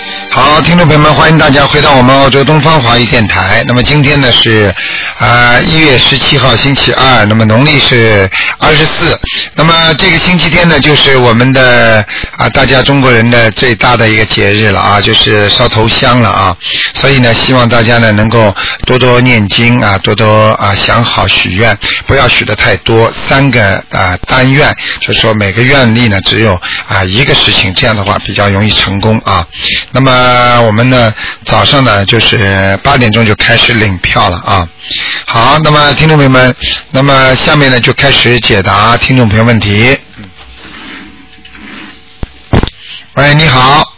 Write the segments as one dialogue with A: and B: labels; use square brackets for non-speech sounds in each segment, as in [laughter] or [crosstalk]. A: 众朋友们，欢迎大家回到我们澳洲东方华语电台。那么今天呢是啊一、1月十七号星期二，那么农历是二十四。那么这个星期天呢，就是我们的啊、大家中国人的最大的一个节日了啊，就是烧头香了啊。所以呢，希望大家呢能够多多念经啊，多多啊想好许愿，不要许的太多，三个啊单愿，就说每个愿力呢只有啊一个事情，这样的话比较容易成功啊。那么我们呢，早上呢就是八点钟就开始领票了啊。好，那么听众朋友们，那么下面呢就开始解答听众朋友问题。喂，你好，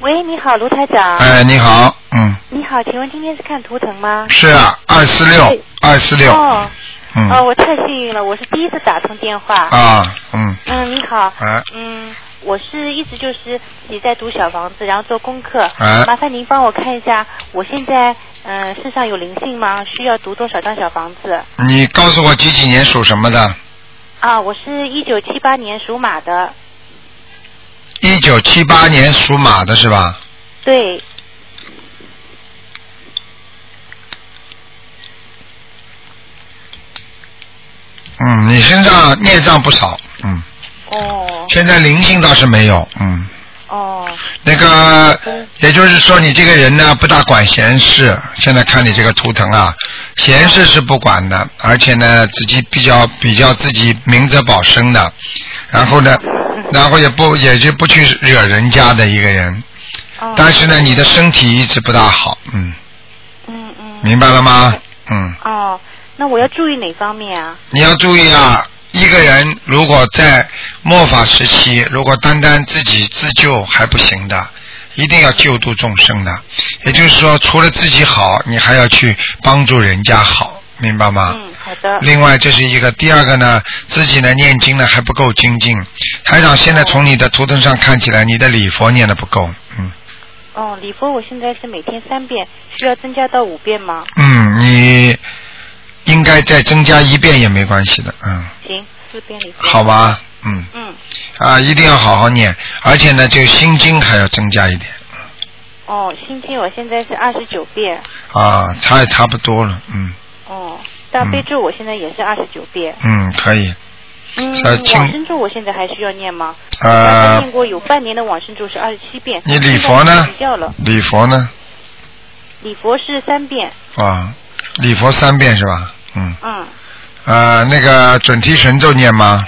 B: 喂，你好，卢台长。
A: 哎，你好，嗯，
B: 你好，请问今天是看图腾吗？
A: 是啊，二四六，二四六，
B: 哦，哦，
A: 嗯，
B: 我太幸运了，我是第一次打通电话。
A: 啊，嗯，
B: 嗯，你好。
A: 哎
B: 嗯，我是一直就是自己在读小房子，然后做功课。
A: 哎
B: 麻烦您帮我看一下，我现在嗯、呃身上有灵性吗？需要读多少张小房子？
A: 你告诉我几几年属什么的？
B: 啊，我是一九七八年属马的，
A: 一九七八年属马的是吧？
B: 对，
A: 嗯，你身上孽障不少，嗯，
B: 哦
A: 现在灵性倒是没有，嗯。
B: 哦，
A: 那个，也就是说，你这个人呢不大管闲事。现在看你这个图腾啊，闲事是不管的，而且呢自己比较比较自己明哲保身的，然后呢，然后也不也就不去惹人家的一个人。
B: 哦
A: 但是呢，你的身体一直不大好，嗯，
B: 嗯嗯，
A: 明白了吗？嗯，
B: 哦，那我要注意哪方面啊？
A: 你要注意啊，一个人如果在末法时期，如果单单自己自救还不行的，一定要救度众生的。也就是说，除了自己好，你还要去帮助人家好，明白吗？
B: 嗯，好的。
A: 另外，这是一个。第二个呢，自己呢念经呢还不够精进。台长现在从你的图腾上看起来，你的礼佛念的不够。嗯
B: 哦，礼佛我现在是每天三遍，需要增加到五遍吗？
A: 嗯，你应该再增加一遍也没关系的。嗯，
B: 行，四遍礼佛。
A: 好。吧。嗯。
B: 嗯，
A: 啊，一定要好好念，而且呢，就心经还要增加一点
B: 哦，心经我现在是二十九遍，
A: 啊，差也差不多了，嗯
B: 哦，大悲咒我现在也是二十九遍，
A: 嗯，可以，
B: 嗯，
A: 呃请
B: 往生咒我现在还需要念吗？我
A: 呃
B: 念，过有半年的往生咒是二十七遍。
A: 你礼佛
B: 现在
A: 呢
B: 取掉了，？
A: 礼佛呢？
B: 礼佛是三遍，
A: 啊，礼佛三遍是吧？嗯，
B: 嗯，
A: 啊，那个准提神咒念吗？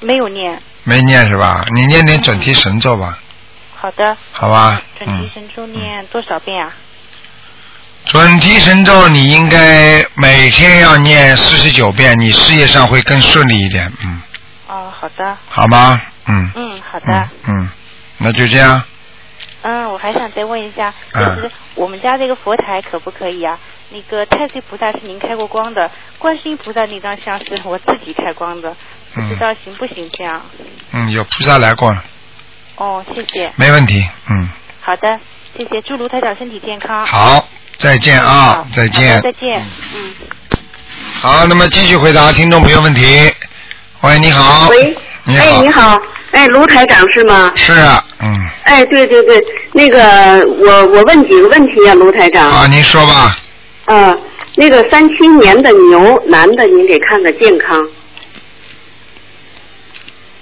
B: 没有念。
A: 没念是吧？你念点准提神咒吧，
B: 好的，
A: 好吧？
B: 准提
A: 嗯，
B: 神咒念多少遍啊？
A: 准提神咒你应该每天要念四十九遍，你事业上会更顺利一点，嗯，
B: 哦，好的，
A: 好吗？嗯
B: 嗯，好的。
A: 嗯嗯，那就这样。
B: 嗯，我还想再问一下，就
A: 嗯
B: 是我们家这个佛台可不可以啊？那个太岁菩萨是您开过光的，观世音菩萨那张像是我自己开光的，不知道行不行这样？
A: 嗯，有菩萨来过了，
B: 哦，谢谢，
A: 没问题。嗯，
B: 好的，谢谢，祝卢台长身体健康。
A: 好，再见啊
B: 好，
A: 再
B: 好
A: 见
B: 的。再见，嗯。
A: 好，那么继续回答听众朋友问题。喂，你好。
C: 喂，
A: 你
C: 哎，
A: 好。
C: 你好，哎，卢台长是吗？
A: 是啊，嗯，
C: 哎，对对对，那个我我问几个问题啊，卢台长。
A: 啊，您说吧。
C: 呃，那个三七年的牛男的，您给看看健康。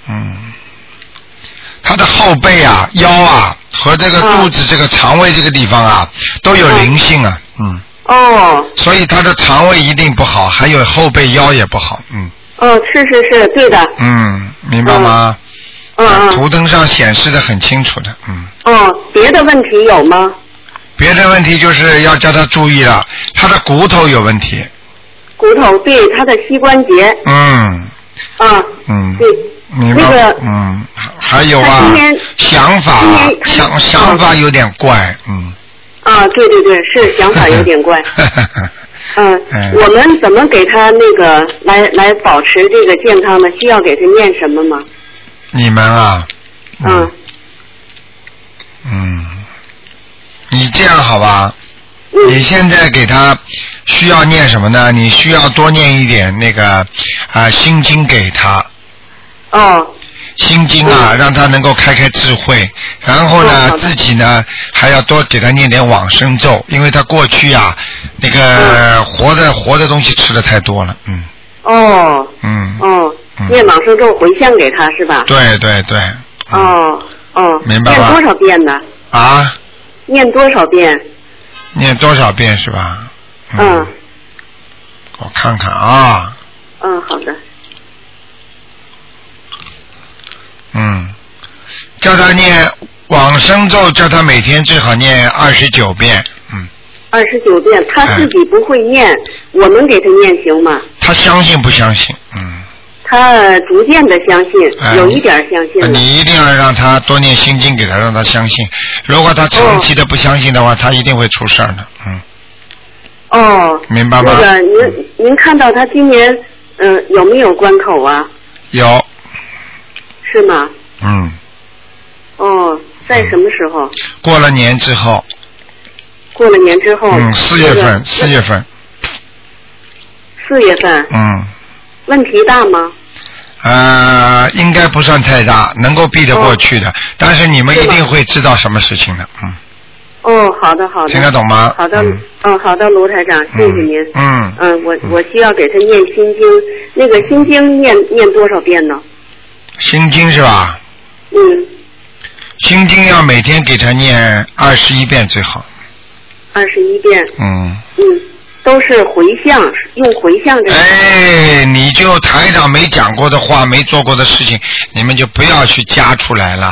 A: 嗯，他的后背啊、腰啊和这个肚子、这个肠胃这个地方啊，都有灵性啊，嗯，
C: 哦
A: 所以他的肠胃一定不好，还有后背腰也不好，嗯
C: 哦，是是是，对的，
A: 嗯，明白吗？
C: 嗯嗯
A: 图腾上显示的很清楚的，嗯。
C: 哦，别的问题有吗？
A: 别的问题就是要叫他注意了，他的骨头有问题。
C: 骨头对他的膝关节
A: 嗯
C: 啊，
A: 嗯，
C: 对，
A: 明白吗。
C: 那个
A: 嗯，还有啊
C: 他今天，
A: 想法
C: 今天
A: 想想法有点怪，嗯。
C: 啊，对对对，是想法有
A: [laughs]
C: 点怪。嗯
A: 嗯，
C: 我们怎么给他那个来来保持这个健康呢？需要给他念什么吗？
A: 你们啊，
C: 嗯
A: 嗯嗯，你这样好吧？
C: 嗯
A: 你现在给他需要念什么呢？你需要多念一点那个啊、心经给他，
C: 哦
A: 心经啊，让他能够开开智慧。然后呢
C: 嗯，好的
A: 自己呢还要多给他念点往生咒，因为他过去啊，那
C: 嗯
A: 个活的活的东西吃的太多了，嗯
C: 哦，
A: 嗯，
C: 哦
A: 嗯，
C: 念往生咒回向给他是吧？
A: 对对对，嗯
C: 哦哦，
A: 明白吧
C: 念多少遍呢？
A: 啊，
C: 念多少遍？
A: 念多少遍是吧？
C: 嗯
A: 我看看啊，
C: 嗯，好的。
A: 嗯，叫他念往生咒，叫他每天最好念二十九遍，嗯，
C: 二十九遍，他
A: 哎
C: 自己不会念，我们给他念行吗？
A: 他相信不相信？嗯。
C: 他逐渐的相信，
A: 哎
C: 有一点儿相信
A: 呃
C: 了。
A: 你一定要让他多念心经给他，让他相信。如果他长期的不相信的话，他一定会出事儿的。嗯，
C: 哦，
A: 明白吗
C: 那个您您看到他今年嗯、呃有没有关口啊？
A: 有，
C: 是吗？
A: 嗯，
C: 哦，在什么时候？
A: 过了年之后，
C: 过了年之后。
A: 嗯，四月
C: 那
A: 份，
C: 个
A: 四。月份，
C: 四月份，
A: 嗯，
C: 问题大吗？
A: 呃，应该不算太大，能够
C: 哦
A: 避得过去的。但是你们一定会知道什么事情的。嗯，
C: 哦，好的，好的。
A: 听得懂吗？
C: 好的，
A: 嗯
C: 嗯，好的，卢台长，谢谢您。
A: 嗯嗯，
C: 嗯，我我需要给他念心经，那个心经念念多少遍呢？
A: 心经是吧？
C: 嗯，
A: 心经要每天给他念二十一遍最好。
C: 二十一遍。
A: 嗯。
C: 嗯，都是回向，用回向这个。
A: 哎，你就台长没讲过的话，没做过的事情，你们就不要去加出来了。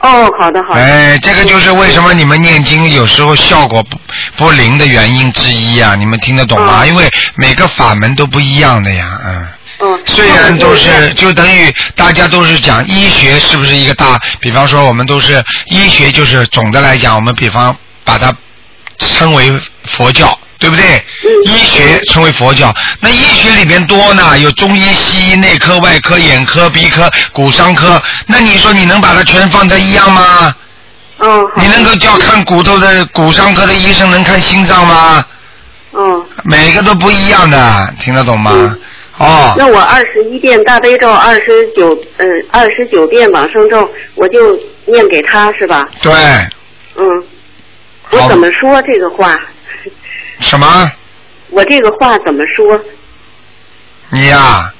C: 哦，好的，好的。
A: 哎，这个就是为什么你们念经有时候效果不不灵的原因之一啊！你们听得懂吗？
C: 嗯
A: 因为每个法门都不一样的呀，嗯。
C: 嗯，
A: 虽然都是，就等于大家都是讲医学是不是一个大，比方说我们都是医学，就是总的来讲，我们比方把它称为佛教，对不对？
C: 嗯
A: 医学称为佛教，那医学里边多呢，有中医、西医、内科、外科、眼科、鼻科、骨伤科，那你说你能把它全放在一样吗？
C: 嗯，好
A: 你能够叫看骨头的骨伤科的医生能看心脏吗？
C: 嗯，
A: 每个都不一样的，听得懂吗？
C: 嗯
A: 哦，
C: 那我二十一遍大悲咒，二十九，嗯，二十九遍往生咒，我就念给他是吧？
A: 对，
C: 嗯，
A: 好
C: 我怎么说这个话？
A: 什么？
C: 我这个话怎么说？
A: 你呀、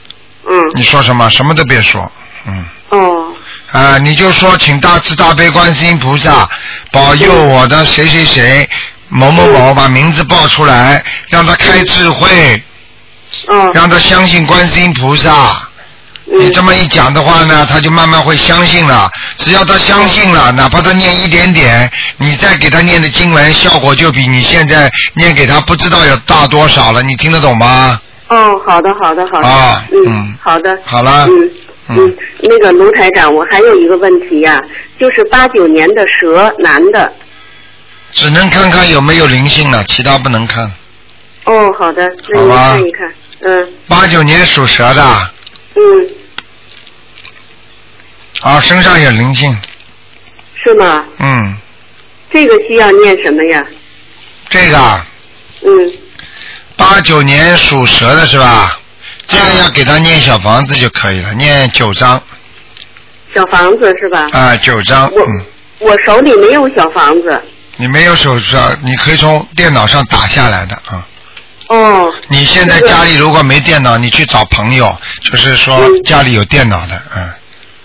C: 嗯，
A: 你说什么？什么都别说，嗯，
C: 哦，
A: 啊、你就说，请大慈大悲观世音菩萨保佑我的谁谁谁某某
C: 嗯
A: 某，把名字报出来，让他开智慧，
C: 哦，
A: 让他相信观世音菩萨。你
C: 嗯
A: 这么一讲的话呢，他就慢慢会相信了。只要他相信
C: 嗯
A: 了，哪怕他念一点点，你再给他念的经文，效果就比你现在念给他不知道有大多少了。你听得懂吗？
C: 哦，好的，好的，好的，
A: 啊嗯
C: 嗯，好的，
A: 好了
C: 嗯
A: 嗯
C: 嗯，那个卢台长，我还有一个问题呀、就是八九年的蛇男的，
A: 只能看看有没有灵性了，其他不能看。
C: 哦，好的，那
A: 好
C: 您
A: 吧
C: 看一看，嗯
A: 八九年属蛇的，
C: 嗯，
A: 啊，身上有灵性，
C: 是吗？
A: 嗯，
C: 这个需要念什么呀？
A: 这个啊
C: 嗯，
A: 八九年属蛇的是吧？这个要给他念小房子就可以了，念九章
C: 小房子是吧？
A: 啊、九章，
C: 我
A: 嗯，
C: 我手里没有小房子。
A: 你没有手上，你可以从电脑上打下来的啊。
C: 哦
A: 你现在家里如果没电脑，你去找朋友，就是说
C: 嗯
A: 家里有电脑的，嗯，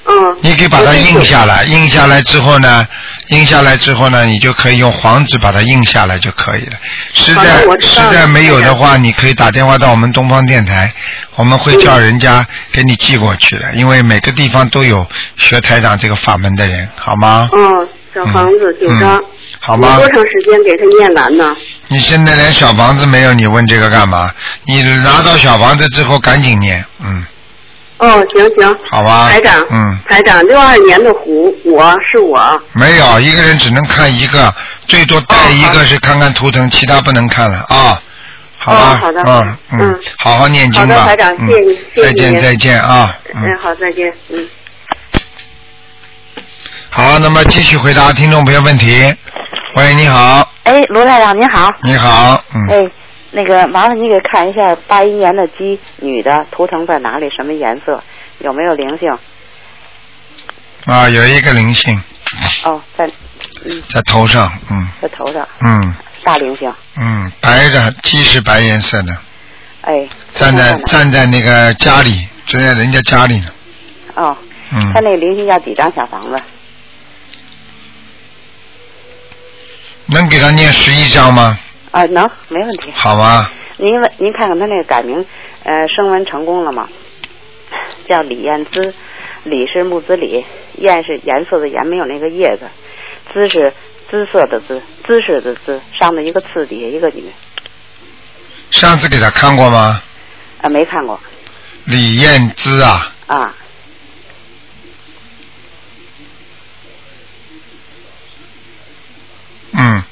C: 哦。
A: 你可以把它印下
C: 来。
A: 来，印下来之后呢，印下来之后呢，你就可以用黄纸把它印下来就可以了。实
C: 好
A: 在
C: 的我知
A: 实
C: 道了
A: 在没有的
C: 台
A: 话，你可以打电话到我们东方电台，我们会叫人家给你寄过去的，因为每个地方都有学台长这个法门的人，好吗？
C: 哦，小房子九张。
A: 嗯好吗
C: 我多长时间给他念完呢？
A: 你现在连小房子没有，你问这个干嘛？你拿到小房子之后赶紧念，嗯，
C: 哦，行行。
A: 好吧
C: 台长。
A: 嗯
C: 台长，六二年的虎，我是我。
A: 没有一个人只能看一个，最多带一
C: 哦好
A: 个是看看图腾，其他不能看了啊。好吧，
C: 哦好的
A: 嗯嗯
C: 嗯，
A: 好好念经吧。
C: 好的台长
A: 嗯
C: 谢谢你谢谢
A: 再见
C: 您
A: 再见啊。嗯，
C: 嗯，好，再见。嗯。
A: 好，那么继续回答听众朋友问题。喂，你好，
D: 哎，罗台长您好。
A: 你好，嗯，
D: 哎，那个麻烦你给看一下八一年的鸡女的图腾在哪里，什么颜色，有没有灵性？
A: 啊，有一个灵性
C: 哦，在嗯，
A: 在头上，嗯
C: 在头上，
A: 嗯
C: 大灵性，
A: 嗯，白的，鸡是白颜色的，
C: 哎，
A: 站在
C: 哪
A: 站在那个家里，站在人家家里呢，
C: 哦，他
A: 嗯，
C: 那个灵性要几张小房子？
A: 能给他念十一章吗？
C: 啊，能，没问题。
A: 好吗？
C: 您问，您看看他那个改名，呃，声纹成功了吗？叫李燕姿，李是木子李，燕是颜色的颜，没有那个叶子，姿是姿色的姿，姿势的姿，上面一个次，底下一个女，
A: 上次给他看过吗？
C: 啊，没看过
A: 李艳姿啊，
C: 啊，
A: 嗯，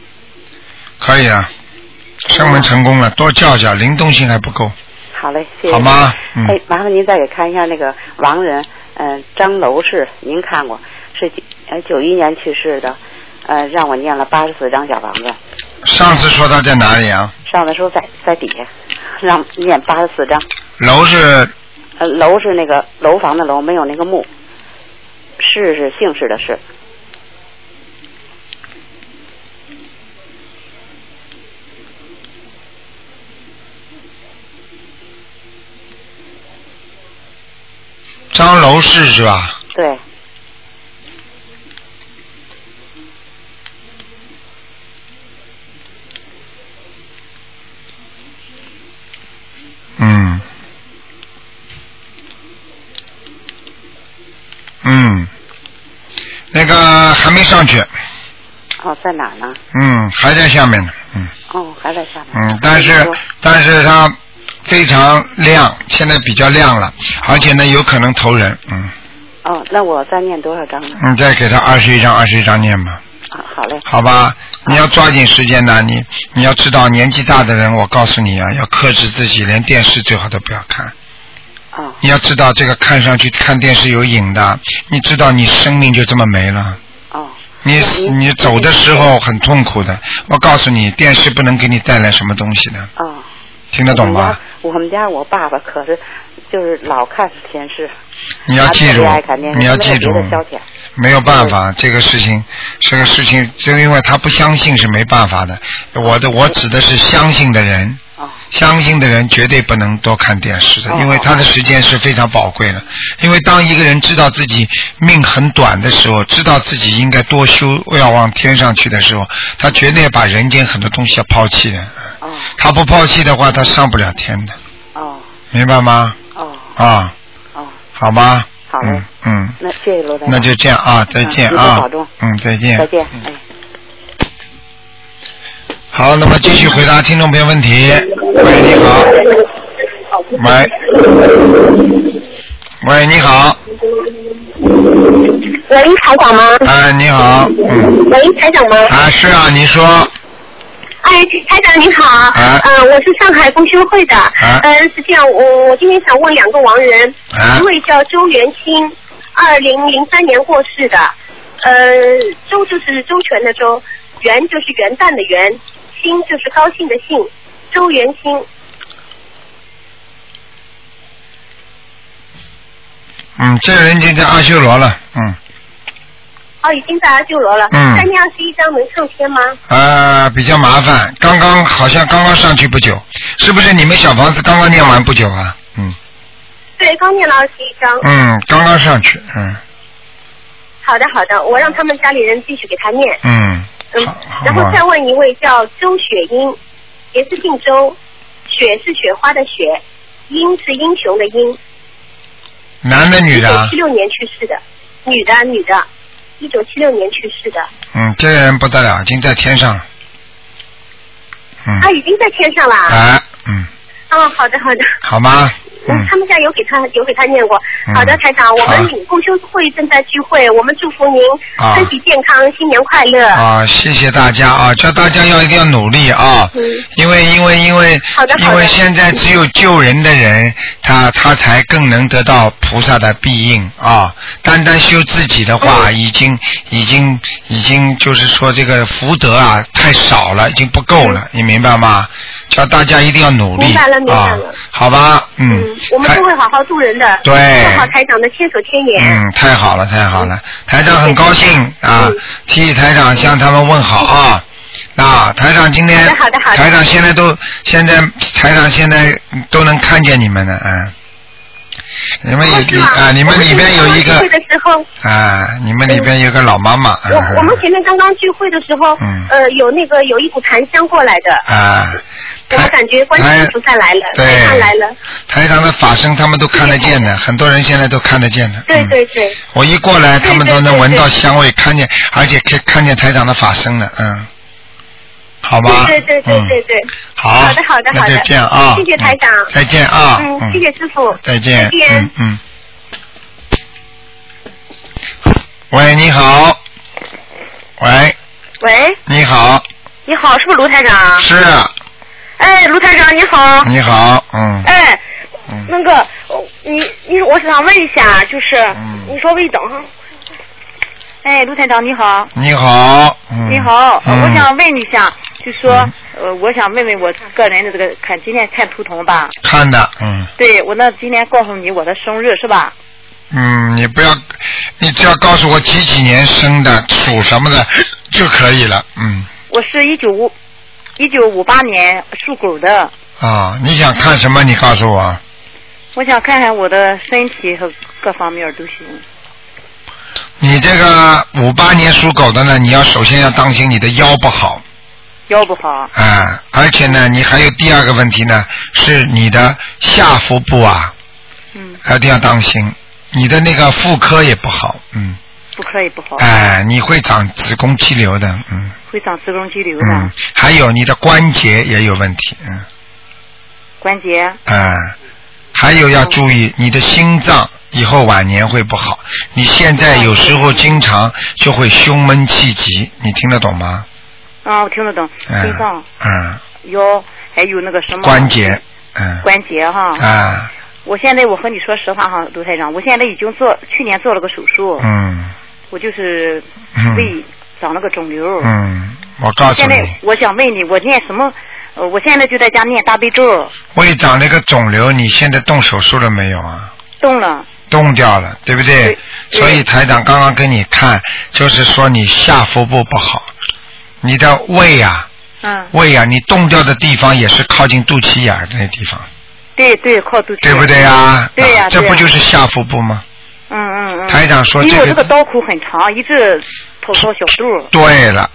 A: 可以啊，升门成功了，多叫叫，灵动性还不够，
C: 好嘞，谢谢。
A: 好？吗？嗯，
C: 哎，麻烦您再给看一下那个亡人，嗯、张楼氏，您看过，是九呃九一年去世的，呃，让我念了八十四张小房子，
A: 上次说他在哪里啊？
C: 上的时候在在底下，让念八十四张。
A: 楼是
C: 呃，楼是那个楼房的楼，没有那个木。氏是姓氏的氏，
A: 张楼市是吧？
C: 对，
A: 嗯，嗯，那个还没上去，
C: 哦，在哪儿呢？
A: 嗯，还在下面呢，嗯
C: 哦，还在下面。
A: 嗯，但是但是他非常亮，现在比较亮了，而且呢有可能投人，嗯，
C: 哦，那我再念多少张呢？
A: 你再给他二十一张二十一张念吧，
C: 啊，好嘞，
A: 好吧？你要抓紧时间呐，你你要知道年纪大的人，我告诉你啊，要克制自己，连电视最好都不要看。
C: 哦，
A: 你要知道，这个看上去看电视有瘾的，你知道你生命就这么没了。
C: 哦，
A: 你
C: 那您
A: 你走的时候很痛苦的，我告诉你，电视不能给你带来什么东西的，
C: 哦，
A: 听得懂吗？
C: 我们家？我们家我爸爸可是就是老看电视，
A: 你要记
C: 嗯啊他特
A: 住
C: 别爱看电，视
A: 你要记住
C: 没有别的消遣，
A: 没有办法，这个事情，这个事情，就因为他不相信是没办法的。我的我指的是相信的人，
C: 哦，
A: 相信的人绝对不能多看电视的，
C: 哦
A: 因为他的时间是非常宝贵的。因为当一个人知道自己命很短的时候，知道自己应该多修，要往天上去的时候，他绝对把人间很多东西要抛弃的。
C: 哦，
A: 他不抛弃的话，他上不了天的，
C: 哦，
A: 明白吗？
C: 哦，
A: 啊，
C: 哦，
A: 好吗？
C: 好嘞
A: 嗯嗯，
C: 那谢谢罗台长
A: 那就这样啊，再见
C: 嗯您
A: 啊
C: 保重，
A: 嗯，再见，
C: 再见，哎。
A: 好，那么继续回答听众朋友问题。喂，你好。喂。喂，你好。
E: 喂，台长吗？
A: 哎，你好。嗯。
E: 喂，台长吗？
A: 啊，是啊，你说。
E: 哎，台长你好，
A: 哎
E: 呃，我是上海共修会的，
A: 哎
E: 呃，是这样，我我今天想问两个亡人，
A: 哎
E: 一位叫周元清，二零零三年过世的，呃，周就是周全的周，元就是元旦的元，兴就是高兴的兴，周元清，
A: 嗯，这个人已经在阿修罗了。嗯。
E: 哦，已经在阿修罗了，
A: 嗯
E: 三念二十一章能上天吗？
A: 啊，比较麻烦。刚刚好像刚刚上去不久，是不是你们小房子刚刚念完不久啊？嗯
E: 对，刚念了二十一章。
A: 嗯，刚刚上去。嗯
E: 好的好的，我让他们家里人继续给他念。
A: 嗯。
E: 嗯
A: 好，好
E: 然后
A: 吧
E: 再问一位叫周雪英，也是姓周，雪是雪花的雪，英是英雄的英，
A: 男的女
E: 一
A: 的
E: 九
A: 啊？
E: 七六年去世的，女的啊女的，一九七六年去世的，
A: 嗯，这个人不得了，已经在天上了。嗯。
E: 她已经在天上啦。
A: 啊，嗯，
E: 哦，好的好的。
A: 好吗？嗯
E: 嗯，他们家有给他有给他念过。
A: 嗯
E: 好的，台长，我
A: 好
E: 们共修会正在聚会，我们祝福您
A: 啊
E: 身体健康，新年快乐。
A: 啊，谢谢大家啊，叫大家要一定要努力啊，
E: 嗯
A: 因为因为因为
E: 好的好的
A: 因为现在只有救人的人，他他才更能得到菩萨的庇应啊。单单修自己的话，
E: 嗯
A: 已经已经已经就是说这个福德啊太少了，已经不够了，你明白吗？叫大家一定要努力
E: 嗯明白了明白
A: 啊
E: 了，
A: 好吧，嗯
E: 嗯，
F: 嗯，我们都会好好度人的，
A: 对
F: 做好台长的千手千眼。
A: 嗯，太好了，太好
F: 嗯
A: 了，台长很高兴啊，替台长向他们问好啊。啊，台长今天，
F: 好的好的好的
A: 台长现在都现在台长现在都能看见你们了，嗯，你们
F: 哦是
A: 有
F: 吗
A: 啊，你们里边有一
F: 我
A: 个
F: 们前面刚刚聚会的时候，
A: 啊，你们里边有个老妈啊妈，
F: 我我们前面刚刚聚会的时候，
A: 嗯
F: 呃，有那个有一股檀香过来的，
A: 啊，
F: 我们感觉观世音菩萨来了，
A: 哎对嗯
F: 台上来了，
A: 台长的法身他们都看得见的，很多人现在都看得见的。
F: 对
A: 嗯
F: 对对，
A: 我一过来，
F: 对
A: 他们都能
F: 对
A: 闻到
F: 对
A: 香味，看见，而且可以看见台长的法身了，嗯，好吧，
F: 对对对对
A: 嗯，
F: 对，
A: 好，
F: 好的好的
A: 那
F: 好
A: 就
F: 的
A: 这样啊，
F: 谢谢台长
A: 嗯再见啊，
F: 嗯，谢谢师傅，
A: 再见，
F: 再见
A: 嗯嗯。喂，你好，喂，
G: 喂，
A: 你好，
G: 你好，是不是卢台
F: 啊
G: 长？
A: 是，啊
G: 哎，卢台长你好。
A: 你好，嗯
G: 哎，
A: 嗯，
G: 那个，
F: 呃
G: 哦你你，我想问一下，就是、
A: 嗯
G: 你稍微等哈。哎，卢台长你好。
A: 你好，嗯
G: 你好，呃
A: 嗯
G: 我想问一下，就说
A: 嗯，
G: 呃，我想问问我个人的这个，看今天看图腾吧。
A: 看的，嗯。
G: 对，我那今天告诉你我的生日是吧？
A: 嗯，你不要，你只要告诉我几几年生的，属什么的就可以了。嗯，
G: 我是一九五一九五八年属狗的，
A: 啊，你想看什么？你告诉我。
G: 我想看看我的身体和各方面都行。
A: 你这个五八年属狗的呢，你要首先要当心你的腰不好
G: 腰不好，
A: 啊，而且呢，你还有第二个问题呢，是你的下腹部啊，
G: 嗯，
A: 一定要当心，你的那个妇科也不好，嗯，
G: 妇科也不
C: 哦
G: 好，
A: 哎，你会长子宫肌瘤的，嗯
G: 会长子宫肌瘤的，
A: 嗯，还有你的关节也有问题，嗯。
G: 关节
A: 啊、还有要注意你的心脏以后晚年会不好。你现在有时候经常就会胸闷气急，你听得懂吗？
C: 哦
G: 啊，我听得懂，
A: 嗯、
G: 心脏、
A: 嗯，
G: 腰还有那个什么
A: 关节，嗯，
G: 关节哈。
A: 啊，
G: 我现在我和你说实话哈，卢台长，我现在已经做去年做了个手术，
A: 嗯
G: 我就是
A: 嗯
G: 胃长了个肿瘤。
A: 嗯，我告诉
G: 现在
A: 你，
G: 我想问你，我念什么？呃，我现在就在家念大悲咒，
A: 胃长了一个肿瘤，你现在动手术了没有啊？
G: 动了。
A: 动掉了，对不对？
G: 对
A: 所以台长刚刚给你看，就是说你下腹部不好，你的胃啊，
G: 嗯，
A: 胃啊，你动掉的地方也是靠近肚脐眼儿的那地方，
G: 对对，靠肚脐。
A: 对不对啊？
G: 对呀、
A: 啊这
G: 对呀
A: 不就是下腹部吗？
G: 嗯嗯嗯。
A: 台长说
G: 因为我
A: 啊这
G: 这
A: 个
G: 个刀口很长，一直跑到小肚。
A: 对了。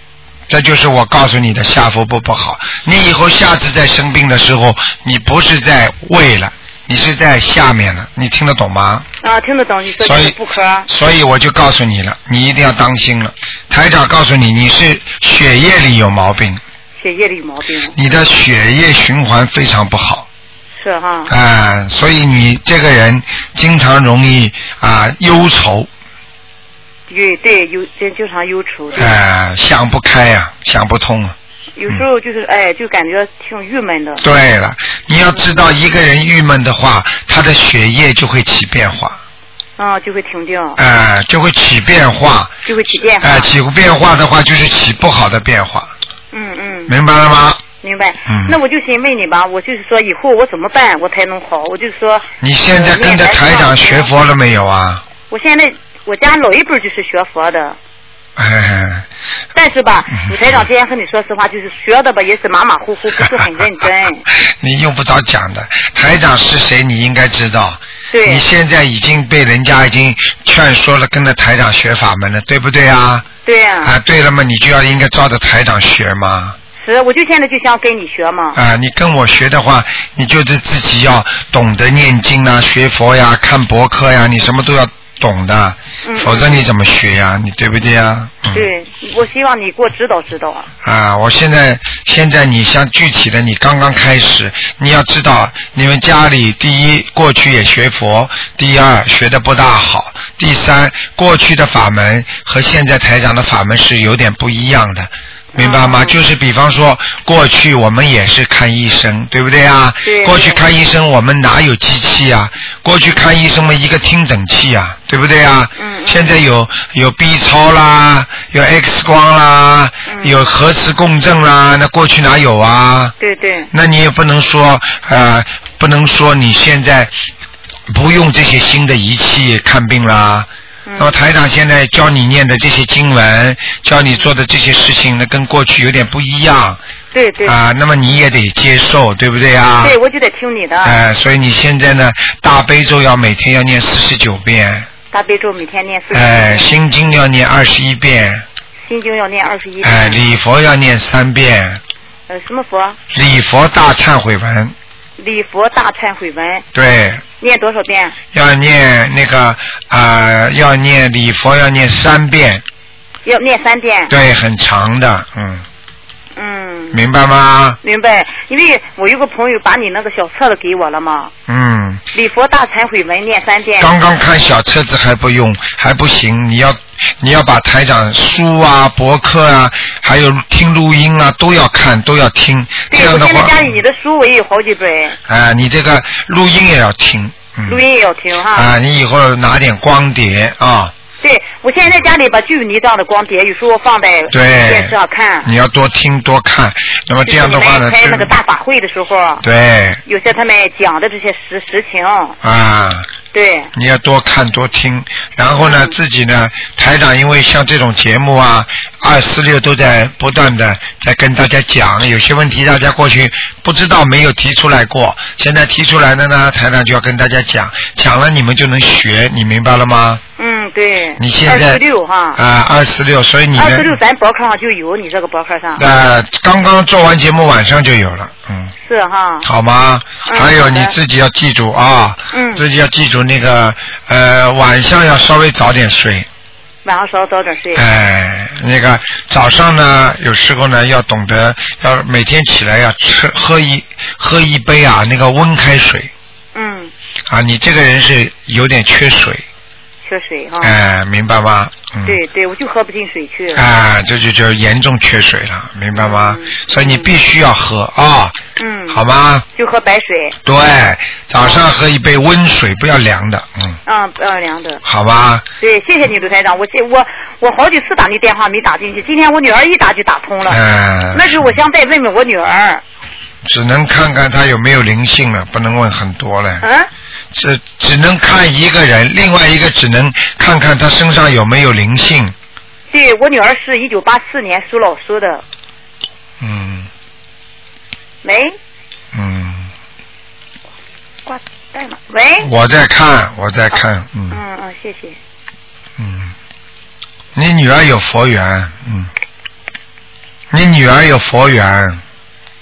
A: 这就是我告诉你的下腹部不好，你以后下次再生病的时候，你不是在胃了，你是在下面了，你听得懂吗？
G: 啊，听得懂你说
A: 所
G: 这
A: 以
G: 个妇科。
A: 所以我就告诉你了，你一定要当心了。台长告诉你，你是血液里有毛病，
G: 血液里有毛病，
A: 你的血液循环非常不好。
G: 是哈，
A: 啊、所以你这个人经常容易啊、忧愁，
G: 对对，有经经常忧愁，对，
A: 啊、想不开呀、想不通啊。嗯
G: 有时候就是哎，就感觉挺郁闷的，
A: 对了，你要知道，一个人郁闷的话，他的血液就会起变化，
G: 啊，就会停掉，
A: 啊、就会起变化，
G: 就会起变
A: 啊、
G: 化，
A: 起变化的话就是起不好的变化，
G: 嗯嗯，
A: 明白了吗？
G: 明白
A: 嗯。
G: 那我就先问你吧，我就是说以后我怎么办，我才能好？我就说
A: 你现
G: 呃
A: 在跟着台长学佛了没有啊？
G: 我现在我家老一辈儿就是学佛的，
A: 哎，
G: 但是吧
A: 嗯，
G: 我台长之前和你说实话，就是学的吧也是马马虎虎，不是很认真，
A: [laughs] 你用不着讲的，台长是谁你应该知道。
G: 对
A: 你，现在已经被人家已经劝说了，跟着台长学法门了，对不对啊？
G: 对呀、
A: 啊，对了嘛，你就要应该照着台长学嘛。
G: 是，啊我就现在就想跟你学嘛，
A: 啊，你跟我学的话，你就是自己要懂得念经啊、学佛呀、看博客呀，你什么都要懂的，
G: 嗯
A: 否则你怎么学呀？你对不对呀？嗯、。
G: 对，我希望你给我指导指导。
A: 啊，我现在现在你像具体的，你刚刚开始，你要知道，你们家里第一过去也学佛，第二学的不大好，第三过去的法门和现在台长的法门是有点不一样的。明白吗？
G: 哦
A: 就是比方说，过去我们也是看医生，对不对啊？
G: 对
A: 过去看医生，我们哪有机器啊？过去看医生嘛，一个听诊器啊，对不对啊？
G: 嗯嗯
A: 现在有有 B 超啦，有 X 光啦，
G: 嗯
A: 有核磁共振啦，那过去哪有啊？
G: 对对，
A: 那你也不能说呃，不能说你现在不用这些新的仪器看病啦。
G: 嗯
A: 那么台长现在教你念的这些经文，教你做的这些事情，那跟过去有点不一样
G: 对对。
A: 啊。那么你也得接受，对不对啊？
G: 对，我就得听你的。
A: 哎、所以你现在呢，大悲咒要每天要念四十九遍，
G: 大悲咒每天念四十
A: 哎、
G: 遍，
A: 心经要念二十一遍，
G: 心经要念二十一遍。
A: 哎、礼佛要念三遍，
G: 呃，什么佛？
A: 礼佛大忏悔文，
G: 礼佛大忏悔文
A: 对，
G: 念多少遍？
A: 要念那个啊、要念礼佛要念三遍，
G: 要念三遍。
A: 对，很长的，嗯，
G: 嗯。
A: 明白吗？
G: 明白，因为我有个朋友把你那个小册子给我了嘛，
A: 嗯，
G: 《礼佛大忏悔文》念三遍。
A: 刚刚看小册子还不用，还不行，你要你要把台长书啊、博客啊，还有听录音啊，都要看，都要听，
G: 对
A: 这，样
G: 我
A: 的
G: 现在
A: 话，
G: 家里你的书我也有好几本，
A: 啊、你这个录音也要听，嗯，
G: 录音也要听哈。
A: 啊、你以后拿点光碟啊，
G: 对，我现在在家里吧，就有你这样的光碟，有时候放在
A: 对
G: 电视上看。
A: 你要多听多看，那么这样的话呢，
G: 就是你们开那
A: 就
G: 个大法会的时候，
A: 对
G: 有些他们讲的这些实实情，
A: 啊。
G: 对，
A: 你要多看多听，然后
G: 嗯
A: 呢，自己呢，台长因为像这种节目啊，二四六都在不断的在跟大家讲，有些问题大家过去不知道没有提出来过，现在提出来的呢，台长就要跟大家讲，讲了你们就能学，你明白了吗？
G: 嗯，对。
A: 你现
G: 二
A: 在
G: 十六哈，
A: 啊，二四六，所以你
G: 二十六
A: 们
G: 咱博客上就有，你这个博客上
A: 呃刚刚做完节目晚上就有了，嗯。
G: 是哈。
A: 好吗？
G: 啊嗯
A: 还有
G: 好的
A: 你自己要记住啊，
G: 嗯
A: 自己要记住那个呃晚上要稍微早点睡，
G: 晚上少早点睡。
A: 哎，那个早上呢有时候呢要懂得要每天起来要吃喝一喝一杯啊那个温开水
G: 嗯，
A: 啊，你这个人是有点缺水，
G: 缺水哈。
A: 哎，明白吗？嗯。
G: 哦对对，我就喝不进水去。
A: 啊，这就叫严重缺水了，明白吗？
G: 嗯
A: 所以你必须要喝啊，
G: 嗯。
A: 好。吗？
G: 就喝白水，
A: 对，早上喝一杯温水，不要凉的，嗯。
G: 嗯，不要凉的。
A: 好吧，
G: 对，谢谢你，卢台长。我这我我好几次打你电话没打进去，今天我女儿一打就打通了。
A: 嗯，
G: 那时候我想再问问我女儿，
A: 只能看看他有没有灵性了，不能问很多了，
G: 嗯，
A: 只只能看一个人，另外一个只能看看他身上有没有灵性，
G: 对我女儿是一九八四年属老鼠的，
A: 嗯
G: 喂，
A: 嗯，
G: 挂断了，喂，
A: 我在看，我在看，嗯
G: 嗯嗯，谢谢。
A: 嗯，你女儿有佛缘，嗯，你女儿有佛缘，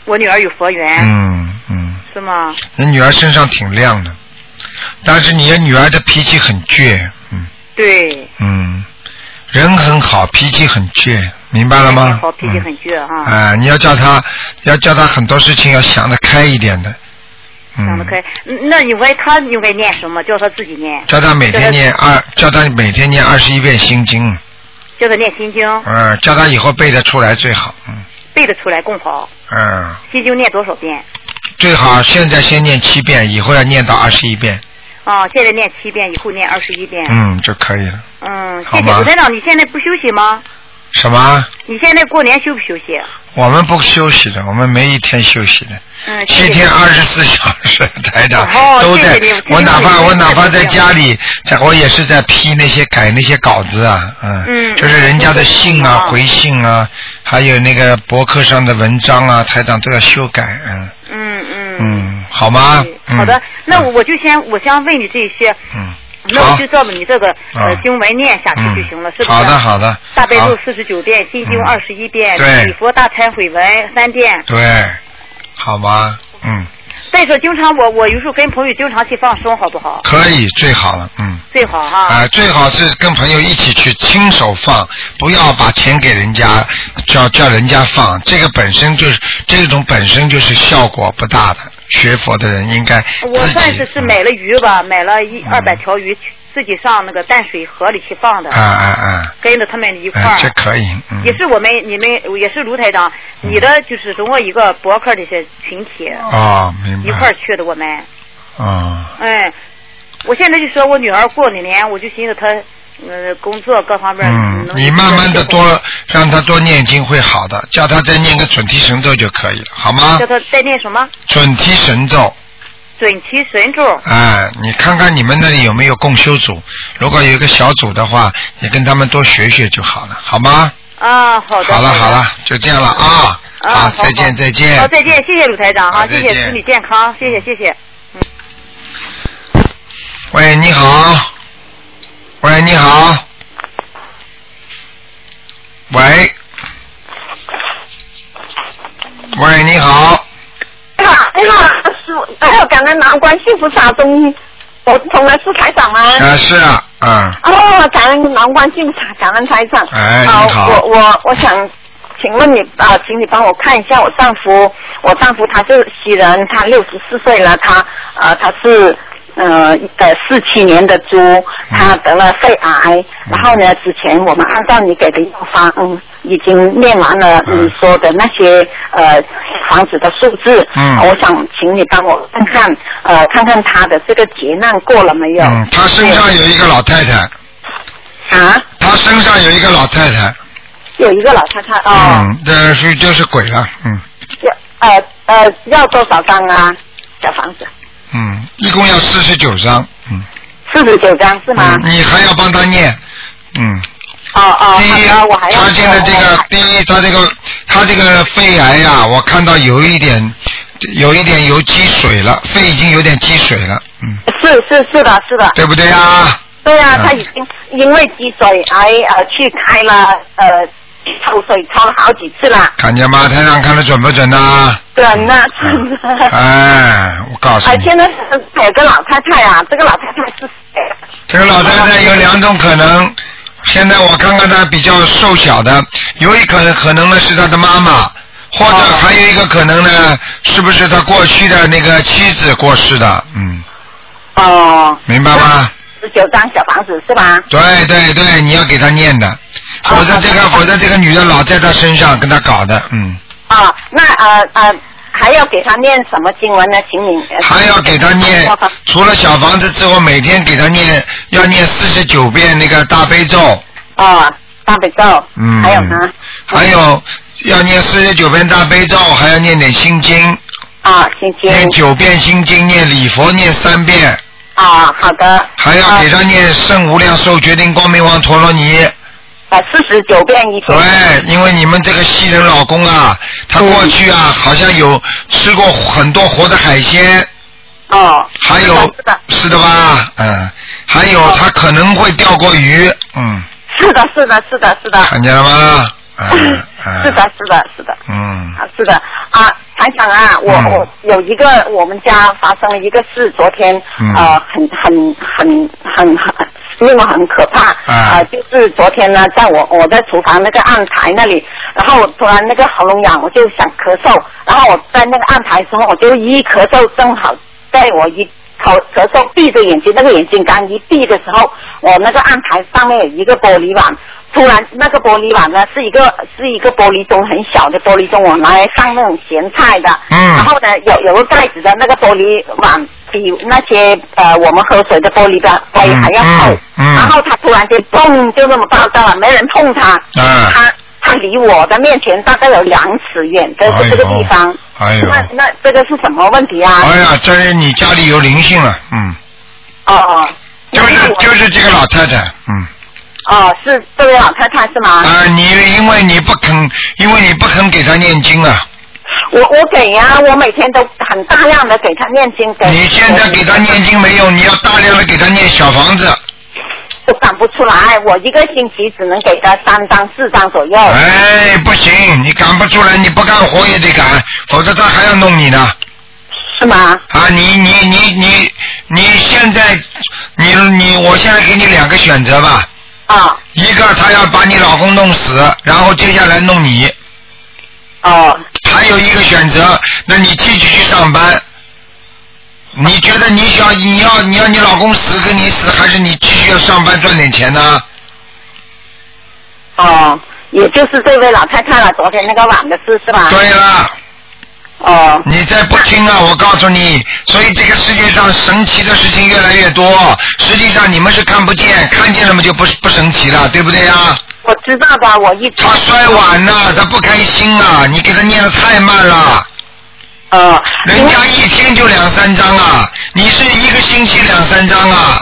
G: 我女儿有佛缘，
A: 嗯嗯，
G: 是吗？
A: 你女儿身上挺亮的，但是你的女儿的脾气很倔，嗯。
G: 对，
A: 嗯，人很好，脾气很倔，明白了吗？
G: 好脾气很倔
A: 嗯
G: 哈，
A: 啊、你要叫他，要叫他很多事情要想得开一点的。嗯。
G: 想得开。嗯那你问她应该念什么？叫她自己念，
A: 叫他每天念二，叫他每天念二十一遍心经，
G: 叫她念心经，
A: 嗯、叫他以后背得出来最好，嗯
G: 背得出来更好。
A: 嗯、
G: 心经念多少遍？
A: 最好现在先念七遍，以后要念到二十一遍，
G: 啊，现在念七遍，以后念二十一遍。
A: 嗯就可以了。
G: 嗯，谢
A: 好
G: 谢
A: 吗
G: 卢台长，你现在不休息吗？
A: 什么？
G: 你现在过年休不休息？啊
A: 我们不休息的，我们没一天休息的。
G: 嗯，谢
A: 七
G: 谢
A: 天二十四小时， [laughs] 台长、
G: 哦
A: 都
G: 谢谢
A: 在
G: 你我。
A: 我哪
G: 听
A: 怕
G: 你啊
A: 我哪怕
G: 这
A: 在
G: 个
A: 家里，在我也是在批那些改那些稿子啊，嗯，
G: 嗯
A: 就是人家的信啊、
G: 嗯
A: 回信啊，还有那个博客上的文章啊，台长都要修改，嗯
G: 嗯嗯
A: 嗯，好吗
G: 对？
A: 嗯
G: 好的，那我就先我先问你这些，
A: 嗯，
G: 那
A: 好
G: 我就照着你这个呃
A: 啊
G: 经文念下去
A: 嗯
G: 就行了，是不是？啊
A: 好的好的，
G: 大悲
A: 好
G: 咒四十九遍，心经
A: 嗯
G: 二十一遍
A: 对，
G: 礼佛大忏悔文三遍。
A: 对，好吗？嗯，
G: 再说，经常我我有时候跟朋友经常去放松，好不好？
A: 可以，最好了，嗯。
G: 最好
A: 啊、
G: 哈。
A: 最好是跟朋友一起去亲手放，不要把钱给人家，叫叫人家放，这个本身就是这种本身就是效果不大的。学佛的人应该自己
G: 我算是是买了鱼吧，买了一
A: 嗯
G: 二百条鱼，自己上那个淡水河里去放的
A: 啊，啊啊，
G: 跟着他们一块
A: 哎，这
G: 儿。
A: 可以，嗯，
G: 也是我们你们也是卢台长，
A: 嗯
G: 你的就是中国一个博客这些群体
A: 哦，明白，
G: 一块儿去的我们。
A: 哦，
G: 哎，我现在就说我女儿过了年，我就寻思她，呃，工作各方面
A: 嗯，
G: 能
A: 你慢慢的多让他多念经会好的，叫他再念个准提神咒就可以了，好吗
G: 叫？她再念什么？
A: 准提神咒，
G: 准提神咒。
A: 啊，你看看你们那里有没有共修组？如果有一个小组的话，你跟他们多学学就好了，好吗？
G: 啊，好的。
A: 好了
G: 的
A: 好了，就这样了啊！
G: 啊
A: 好
G: 好，
A: 再见再见
G: 好，再见，谢谢鲁台长
A: 好
G: 哈，
A: 再
G: 谢
A: 见嗯
G: 谢身体健康，谢谢谢谢。
A: 喂，你好。喂，你好。喂。喂，你好。
E: 哎呀，哎呀，师傅，哎呀，感恩南关幸福萨终于，我从来是台长吗？
A: 啊，是啊，嗯，
E: 哦，感恩南关幸福萨，感恩台长。哦
A: 哎你好
E: 我我我想。请问你啊、请你帮我看一下我丈夫，我丈夫他是西人，他六十四岁了，他呃他是呃呃四七年的猪，
A: 嗯
E: 他得了肺癌，然后呢之前我们按照你给的药方，嗯，已经念完了
A: 嗯
E: 你说的那些呃房子的数字，
A: 嗯
E: 我想请你帮我看看呃看看他的这个劫难过了没有？
A: 嗯，他身上有一个老太太，
E: 啊，
A: 他身上有一个老太太，
E: 有一个老太太哦。
A: 嗯，这是就是鬼了，嗯
E: 要呃呃要多少张啊？小房子
A: 嗯，一共要四十九张，嗯，
E: 四十九张是吗？
A: 嗯你还要帮他念，嗯，
E: 哦哦，
A: 第
E: 好
A: 一，
E: 的，我还要
A: 他现在这
E: 哦
A: 个第一，他这个他这个肺癌呀、我看到有一点有一点有积水了，肺已经有点积水了，嗯，
E: 是是是的，是的，
A: 对不对呀、
E: 对啊，
A: 嗯
E: 他已经因为积水癌呃去开了呃抽水抽了好几次啊了，
A: 看见吗？台上看的准不准呐、
E: [laughs] 真的真
A: 嗯
E: 的。 [laughs]
A: 哎，我告诉
E: 哎，
A: 你，
E: 现在呃有个老太太啊，这个老太太是谁？
A: 这个老太太有两种可能。现在我看看她比较瘦小的，有一可能可能呢是她的妈妈，或者还有一个可能呢，是不是她过去的那个妻子过世的？嗯，
E: 哦，
A: 明白吗？
E: 十九张小房子是吧？
A: 对对对，你要给她念的，否则这个否则这个女的老在她身上跟她搞的，嗯，
E: 哦，那呃呃还要给他念什么经文呢？请你呃
A: 还要给她念，除了小房子之后，每天给她念要念四十九遍那个大悲咒，
E: 哦，大悲咒，
A: 嗯
E: 还有呢？
A: 还有要念四十九遍大悲咒，还要念点心经，
E: 啊，星期
A: 念九遍心经，念礼佛念三遍，
E: 啊，好的。
A: 还要给他念圣无量寿决定光明王陀罗尼。
E: 啊，四十九遍一天。
A: 对，因为你们这个西人老公啊，他过去啊好像有吃过很多活的海鲜，
E: 哦。
A: 还
E: 是
A: 有
E: 的是的，
A: 是的吧？嗯，还有他可能会钓过鱼，嗯，
E: 是的，是的，是的，是的，
A: 看见了吗？嗯嗯
E: 是的，是的，是的，
A: 嗯
E: 啊，是的啊，台长啊，我、
A: 嗯
E: 我有一个我们家发生了一个事，昨天、
A: 嗯
E: 呃很很很很很令我很可怕
A: 啊
E: 呃就是昨天呢，在我我在厨房那个案台那里，然后我突然那个喉咙痒，我就想咳嗽，然后我在那个案台的时候，我就一咳嗽，正好在我一咳咳嗽闭着眼睛，那个眼睛刚一闭的时候，我那个案台上面有一个玻璃碗。突然，那个玻璃碗呢是一个是一个玻璃钟，很小的玻璃钟，我拿来放那种咸菜的。
A: 嗯
E: 然后呢，有有个盖子的那个玻璃碗，比那些呃我们喝水的玻璃的杯还要
A: 嗯
E: 厚。
A: 嗯嗯
E: 然后他突然间嘣，就那么爆炸了，没人碰他。
A: 嗯
E: 他他离我的面前大概有两尺远，这
A: 哎
E: 是
A: 呦
E: 这个地方。
A: 哎呦
E: 那那这个是什么问题啊？
A: 哎呀，这是你家里有灵性了，嗯，
E: 哦哦。
A: 就是
E: 我
A: 就是这个老太太，嗯，
E: 哦，是这位老太太是吗？
A: 啊，你因为你不肯，因为你不肯给她念经啊，
E: 我我给呀、我每天都很大量的给她念经，给
A: 你现在给她念经没用，你要大量的给她念小房子，
E: 我赶不出来，我一个星期只能给她三张四张左右。
A: 哎，不行，你赶不出来，你不干活也得赶，否则她还要弄你呢。
E: 是吗？
A: 啊，你你你你你现在，你你，我现在给你两个选择吧，
E: 啊、
A: 一个她要把你老公弄死，然后接下来弄你，
E: 哦，
A: 还有一个选择，那你继续去上班。你觉得你想你要你要你老公死跟你死，还是你继续要上班赚点钱呢？
E: 哦，也就是这位老太太了，昨天那个晚的事是吧？。
A: 对了，
E: 哦，
A: 你再不听啊，我告诉你，所以这个世界上神奇的事情越来越多。实际上你们是看不见，看见了嘛就不不神奇了，对不对呀？
E: 我知道的，我一直
A: 他摔碗呐、他不开心啊，你给他念的太慢了，
E: 呃，
A: 人家一天就两三三张啊，你是一个星期两三张啊，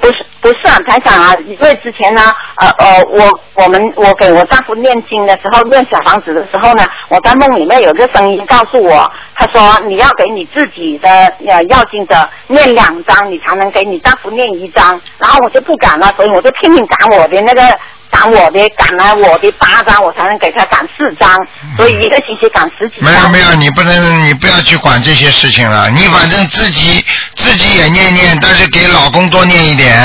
E: 不是不是啊，台长啊，因为之前呢，呃呃，我我们我给我丈夫念经的时候，念小房子的时候呢，我在梦里面有个声音告诉我，他说你要给你自己的呃要经者念两张，你才能给你丈夫念一张，然后我就不敢了，所以我就拼命赶我的那个。赶我的，赶来我的八张，我才能给他赶四张，所以一个星期赶十几张。
A: 没有没有，你不能你不要去管这些事情了，你反正自己自己也念念，但是给老公多念一点，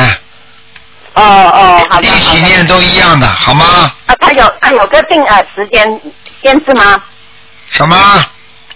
E: 哦哦，好
A: 一
E: 的好
A: 起
E: 的。
A: 念都一样的，好吗？
E: 啊，他有他有个定呃时间限制吗？
A: 什么？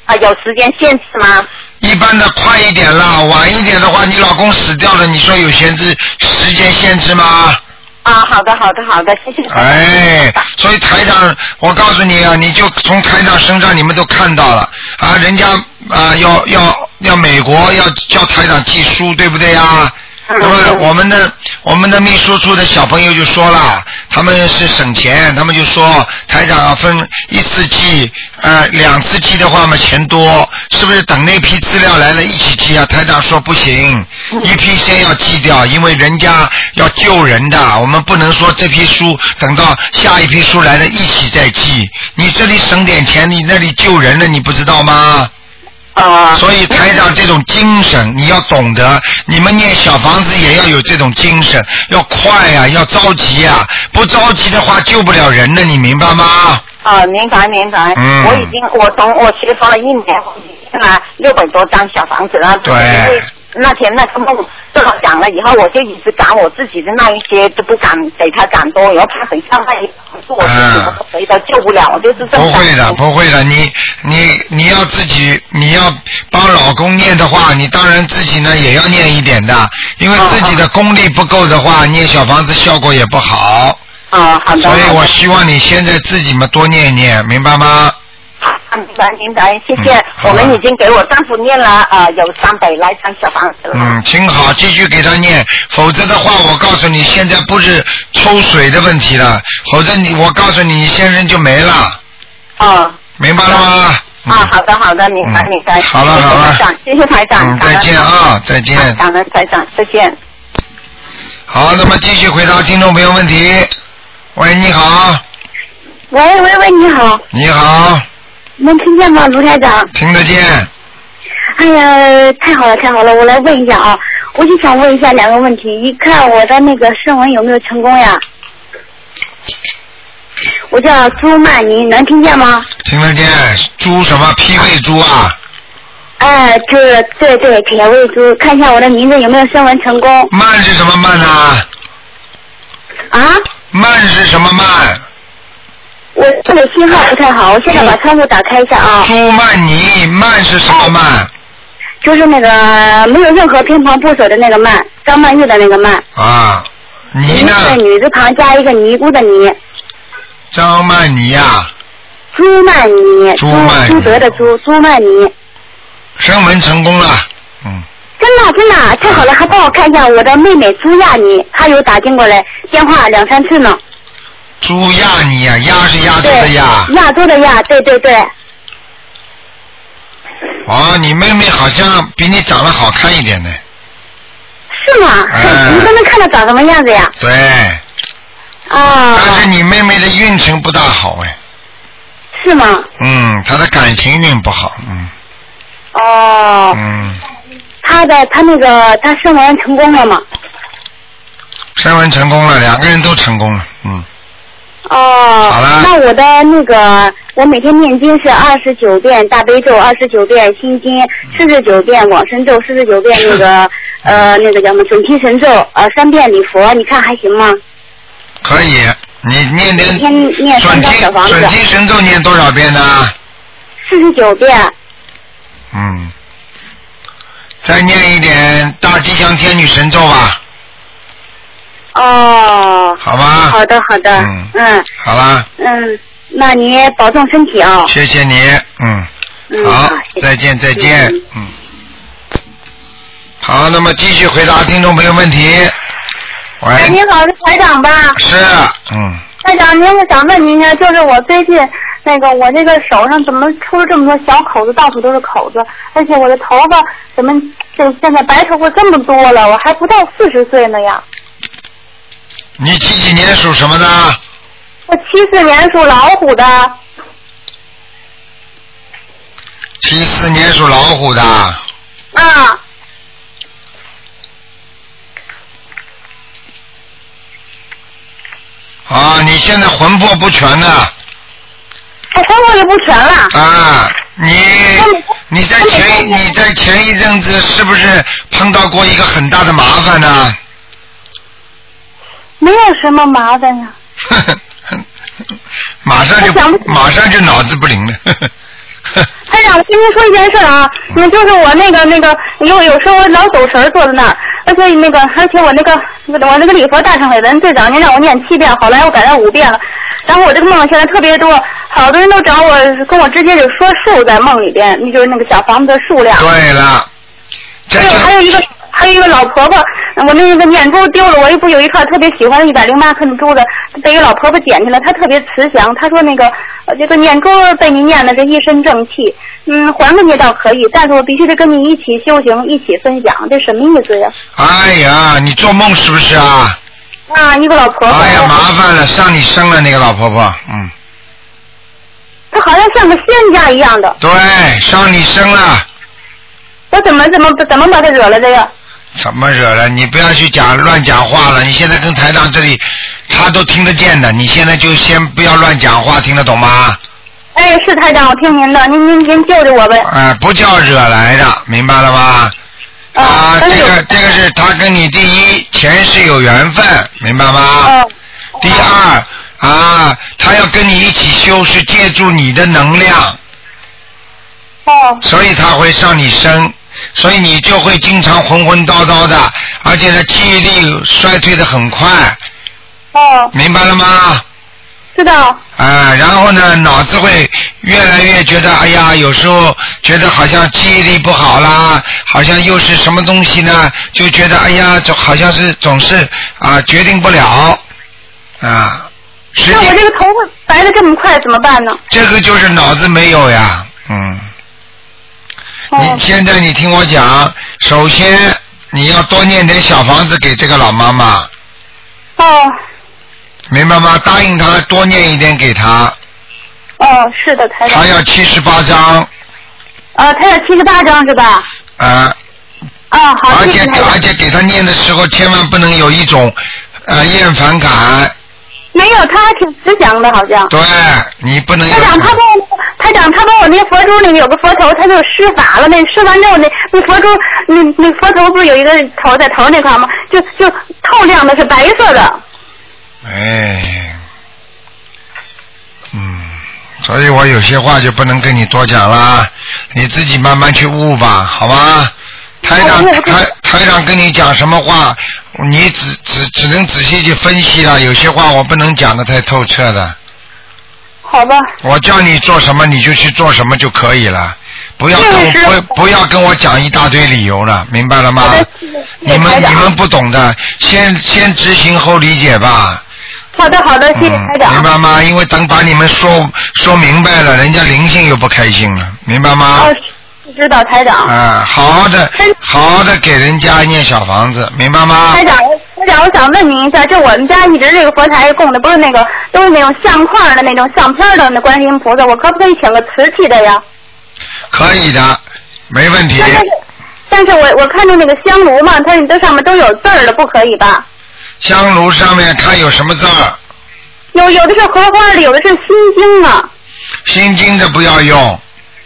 E: 啊，有时间限制吗？
A: 一般的快一点啦，晚一点的话，你老公死掉了，你说有限制时间限制吗？
E: 啊，好的，好的，好的，谢谢。
A: 哎，所以台长，我告诉你啊，你就从台长身上你们都看到了啊，人家啊要要要美国要叫台长寄书，对不对啊？
E: 嗯
A: 那么我们的我们的秘书处的小朋友就说了，他们是省钱，他们就说台长啊分一次寄，呃两次寄的话嘛钱多，是不是等那批资料来了一起寄啊？台长说不行，一批先要寄掉，因为人家要救人的，我们不能说这批书等到下一批书来了一起再寄。你这里省点钱，你那里救人了，你不知道吗？
E: 啊，
A: 所以台长这种精神你要懂得，你们念小房子也要有这种精神，要快呀、要着急呀、不着急的话救不了人的，你明白吗？
E: 啊，明白明白。
A: 嗯
E: 我已经，我从我学佛了一年，我已经拿六百多张小房子了。
A: 对
E: 因为那天那个梦正好讲了以后，我就一直赶我自己的那一些，就不敢给他赶多，然后怕等下万一是我自己，我谁都救不了，我就是这
A: 嗯
E: 么
A: 不会的，
E: 担心
A: 不会的，你你你要自己，你要帮老公念的话，你当然自己呢也要念一点的，因为自己的功力不够的话，念小房子效果也不好。
E: 啊，好的。
A: 所以
E: 好的
A: 我希望你现在自己嘛多念一念，明白吗？
E: 啊，明白明白，谢谢。
A: 嗯好
E: 我
A: 吧
E: 们已经给我丈夫念了呃有三百来张小房子了。
A: 嗯，挺好，继续给他念，否则的话，我告诉你，现在不是抽水的问题了，否则你，我告诉你，你先生就没了，
E: 哦，
A: 明白了吗？嗯
E: 啊，好的好的，明白
A: 嗯
E: 明白。
A: 好了
E: 谢谢
A: 好了
E: 台长谢谢台长，
A: 嗯，
E: 感
A: 再
E: 恩
A: 见啊，再见。
E: 感恩台长，再见。
A: 好，那么继续回答听众朋友问题。喂，你好，
H: 喂喂喂，你好，
A: 你好，
H: 能听见吗，卢台长？
A: 听得见，
H: 哎呀，太好了太好了，我来问一下啊，我就想问一下两个问题，一看我的那个声纹有没有成功呀？我叫朱曼妮，能听见吗？
A: 听得见。猪什么？脾胃猪啊？
H: 哎，对对对，铁胃猪，看一下我的名字有没有声纹成功
A: 慢是什么慢啊？
H: 啊？
A: 慢是什么慢？
H: 我这里信号不太好，我现在把窗户打开一下啊，
A: 猪慢泥，慢是什么慢？
H: 就是那个呃没有任何偏旁部首的那个曼，张曼玉的那个曼，
A: 啊，泥呢？
H: 是女字旁加一个尼姑的尼。
A: 张曼妮呀、
H: 朱曼妮，
A: 朱曼妮
H: 朱德的朱，朱曼妮，
A: 升文成功了，嗯，
H: 真的真的太好了，还帮我看一下我的妹妹朱亚妮，她有打进过来电话两三次呢。
A: 朱亚你呀、亚是亚洲的
H: 对，
A: 亚。
H: 亚洲的亚，对对对，
A: 哦，你妹妹好像比你长得好看一点呢。
H: 是吗？
A: 哎
H: 你都能看到长什么样子呀？
A: 对，
H: 啊，
A: 但是你妹妹的运程不大好哎，
H: 是吗？
A: 嗯，她的感情运不好，嗯
H: 哦，
A: 嗯，
H: 她的她那个她生完成功了吗？
A: 升文成功了，两个人都成功了，嗯，
H: 哦
A: 好了，
H: 那我的那个，我每天念经是二十九遍大悲咒，二十九遍心经，四十九遍往生咒，四十九
A: [laughs]
H: 遍那个呃那个叫什么准提神咒，呃三遍礼佛，你看还行吗？
A: 可以，你念点
H: 每天念
A: 准
H: 三张
A: 提
H: 小房子
A: 准，提神咒念多少遍呢？
H: 四十九遍，
A: 嗯，再念一点大吉祥天女神咒吧，
H: 哦，
A: 好吧？
H: 好的好的，
A: 嗯
H: 嗯
A: 好啦，
H: 嗯，那你保重身体啊、
A: 谢谢你，嗯，
H: 嗯，
A: 好，
H: 谢谢
A: 再见，再见
H: 嗯，
A: 嗯。好，那么继续回答听众朋友问题。
H: 哎，
A: 喂，
H: 您好，是台长吧？
A: 是，嗯，
H: 台长，您我想问您呢，就是我最近
E: 那个我这个手上怎么出了这么多小口子，到处都是口子，而且我的头发怎么这现在白头发这么多了？我还不到四十岁呢呀！
A: 你几几年属什么的？
E: 我七四年属老虎的，
A: 七四年属老虎的。
E: 啊，
A: 啊，你现在魂魄不全呢、
E: 我头发也不全了。
A: 啊，你你在前你在前一阵子是不是碰到过一个很大的麻烦呢、 [laughs]
E: 没有什么麻烦呀。
A: 马上就马上就脑子不灵了。
E: 台长，我跟您说一件事啊，那就是我那个那个，有有时候我老走神儿坐在那儿，而且那个而且我那个我那个礼佛大忏悔文最早您让我念七遍，后来我改到五遍了。然后我这个梦现在特别多，好多人都找我跟我直接就说数在梦里边，那就是那个小房子的数量。
A: [laughs] 对了，
E: 还有还有一个还有一个老婆婆，我那个念珠丢了，我又不有一块特别喜欢一百零八克的珠子，被一个老婆婆捡起来，她特别慈祥，她说那个呃这个念珠被您念的是一身正气，嗯，还给你倒可以，但是我必须得跟你一起修行，一起分享，这什么意思呀？
A: 哎呀，你做梦是不是啊？
E: 啊，一个老婆婆，
A: 哎呀，麻烦了，上你身了那个老婆婆，嗯，
E: 她好像像个仙家一样的，
A: 对，上你身了。
E: 我怎么怎么怎么把她惹来的呀？
A: 怎么惹了？你不要去讲乱讲话了。你现在跟台长这里，他都听得见的。你现在就先不要乱讲话，听得懂吗？
E: 哎，是台长，我听您的，您您您救救我呗。
A: 哎、不叫惹来的，明白了吧？啊，这个这个是他跟你第一前世有缘分，明白吗？
I: 哦
E: 哦
A: 第二啊，他要跟你一起修，是借助你的能量。
E: 哦。
A: 所以他会上你身，所以你就会经常浑浑叨叨的，而且呢记忆力衰退的很快，
E: 哦，
A: 明白了吗？
E: 知道。
A: 啊，然后呢，脑子会越来越觉得，哎呀，有时候觉得好像记忆力不好啦，好像又是什么东西呢？就觉得，哎呀，就好像是总是啊决定不了，啊，实
E: 那
A: 际
E: 我这个头发白的这么快，怎么办呢？
A: 这个就是脑子没有呀，嗯。
E: 哦
A: 你现在你听我讲，首先你要多念点小房子给这个老妈妈，
E: 哦
A: 明白吗？答应她多念一点给她，
E: 哦，是的，台长。
A: 她要七十八张，
E: 呃，台长七十八张是吧？
A: 啊，
E: 啊，好，
A: 而
E: 谢
A: 且
E: 谢台长
A: 而。且给她念的时候千万不能有一种呃厌烦感，
E: 没有，他还挺慈祥的，好像。
A: 对你不能有
E: 台长，他帮我，台长，他帮我那佛珠里面有个佛头，他就施法了。那施完之后，那那佛珠，那那佛头不是有一个头在头那块吗？就就透亮的，是白色的。
A: 哎，嗯，所以我有些话就不能跟你多讲啦，你自己慢慢去悟吧，好吧？台长台台长跟你讲什么话，你只只只能仔细去分析了，有些话我不能讲的太透彻的。
E: 好吧。
A: 我叫你做什么你就去做什么就可以了，不要跟
E: 这个
A: 我
E: 是
A: 不不要跟我讲一大堆理由了，明白了吗？你
E: 台
A: 们
E: 长
A: 你们不懂的，先先执行后理解吧。
E: 好的，好的，谢谢
A: 嗯
E: 台长。
A: 明白吗？因为等把你们说说明白了，人家灵性又不开心了，明白吗？
E: 哦知道台长。嗯
A: 啊，好好的，好好的给人家念小房子，明白吗？
E: 台长，台长，我想问您一下，就我们家一直这个佛台供的不是那个，都是那种相框的那种相片的那观世音菩萨，我可不可以请个瓷器的呀？
A: 可以的，没问题
E: 那。但是，但是我我看见那个香炉嘛，它这上面都有字儿的，不可以吧？
A: 香炉上面看有什么字儿，
E: 有有的是荷花的，有的是心经啊，
A: 心经的不要用，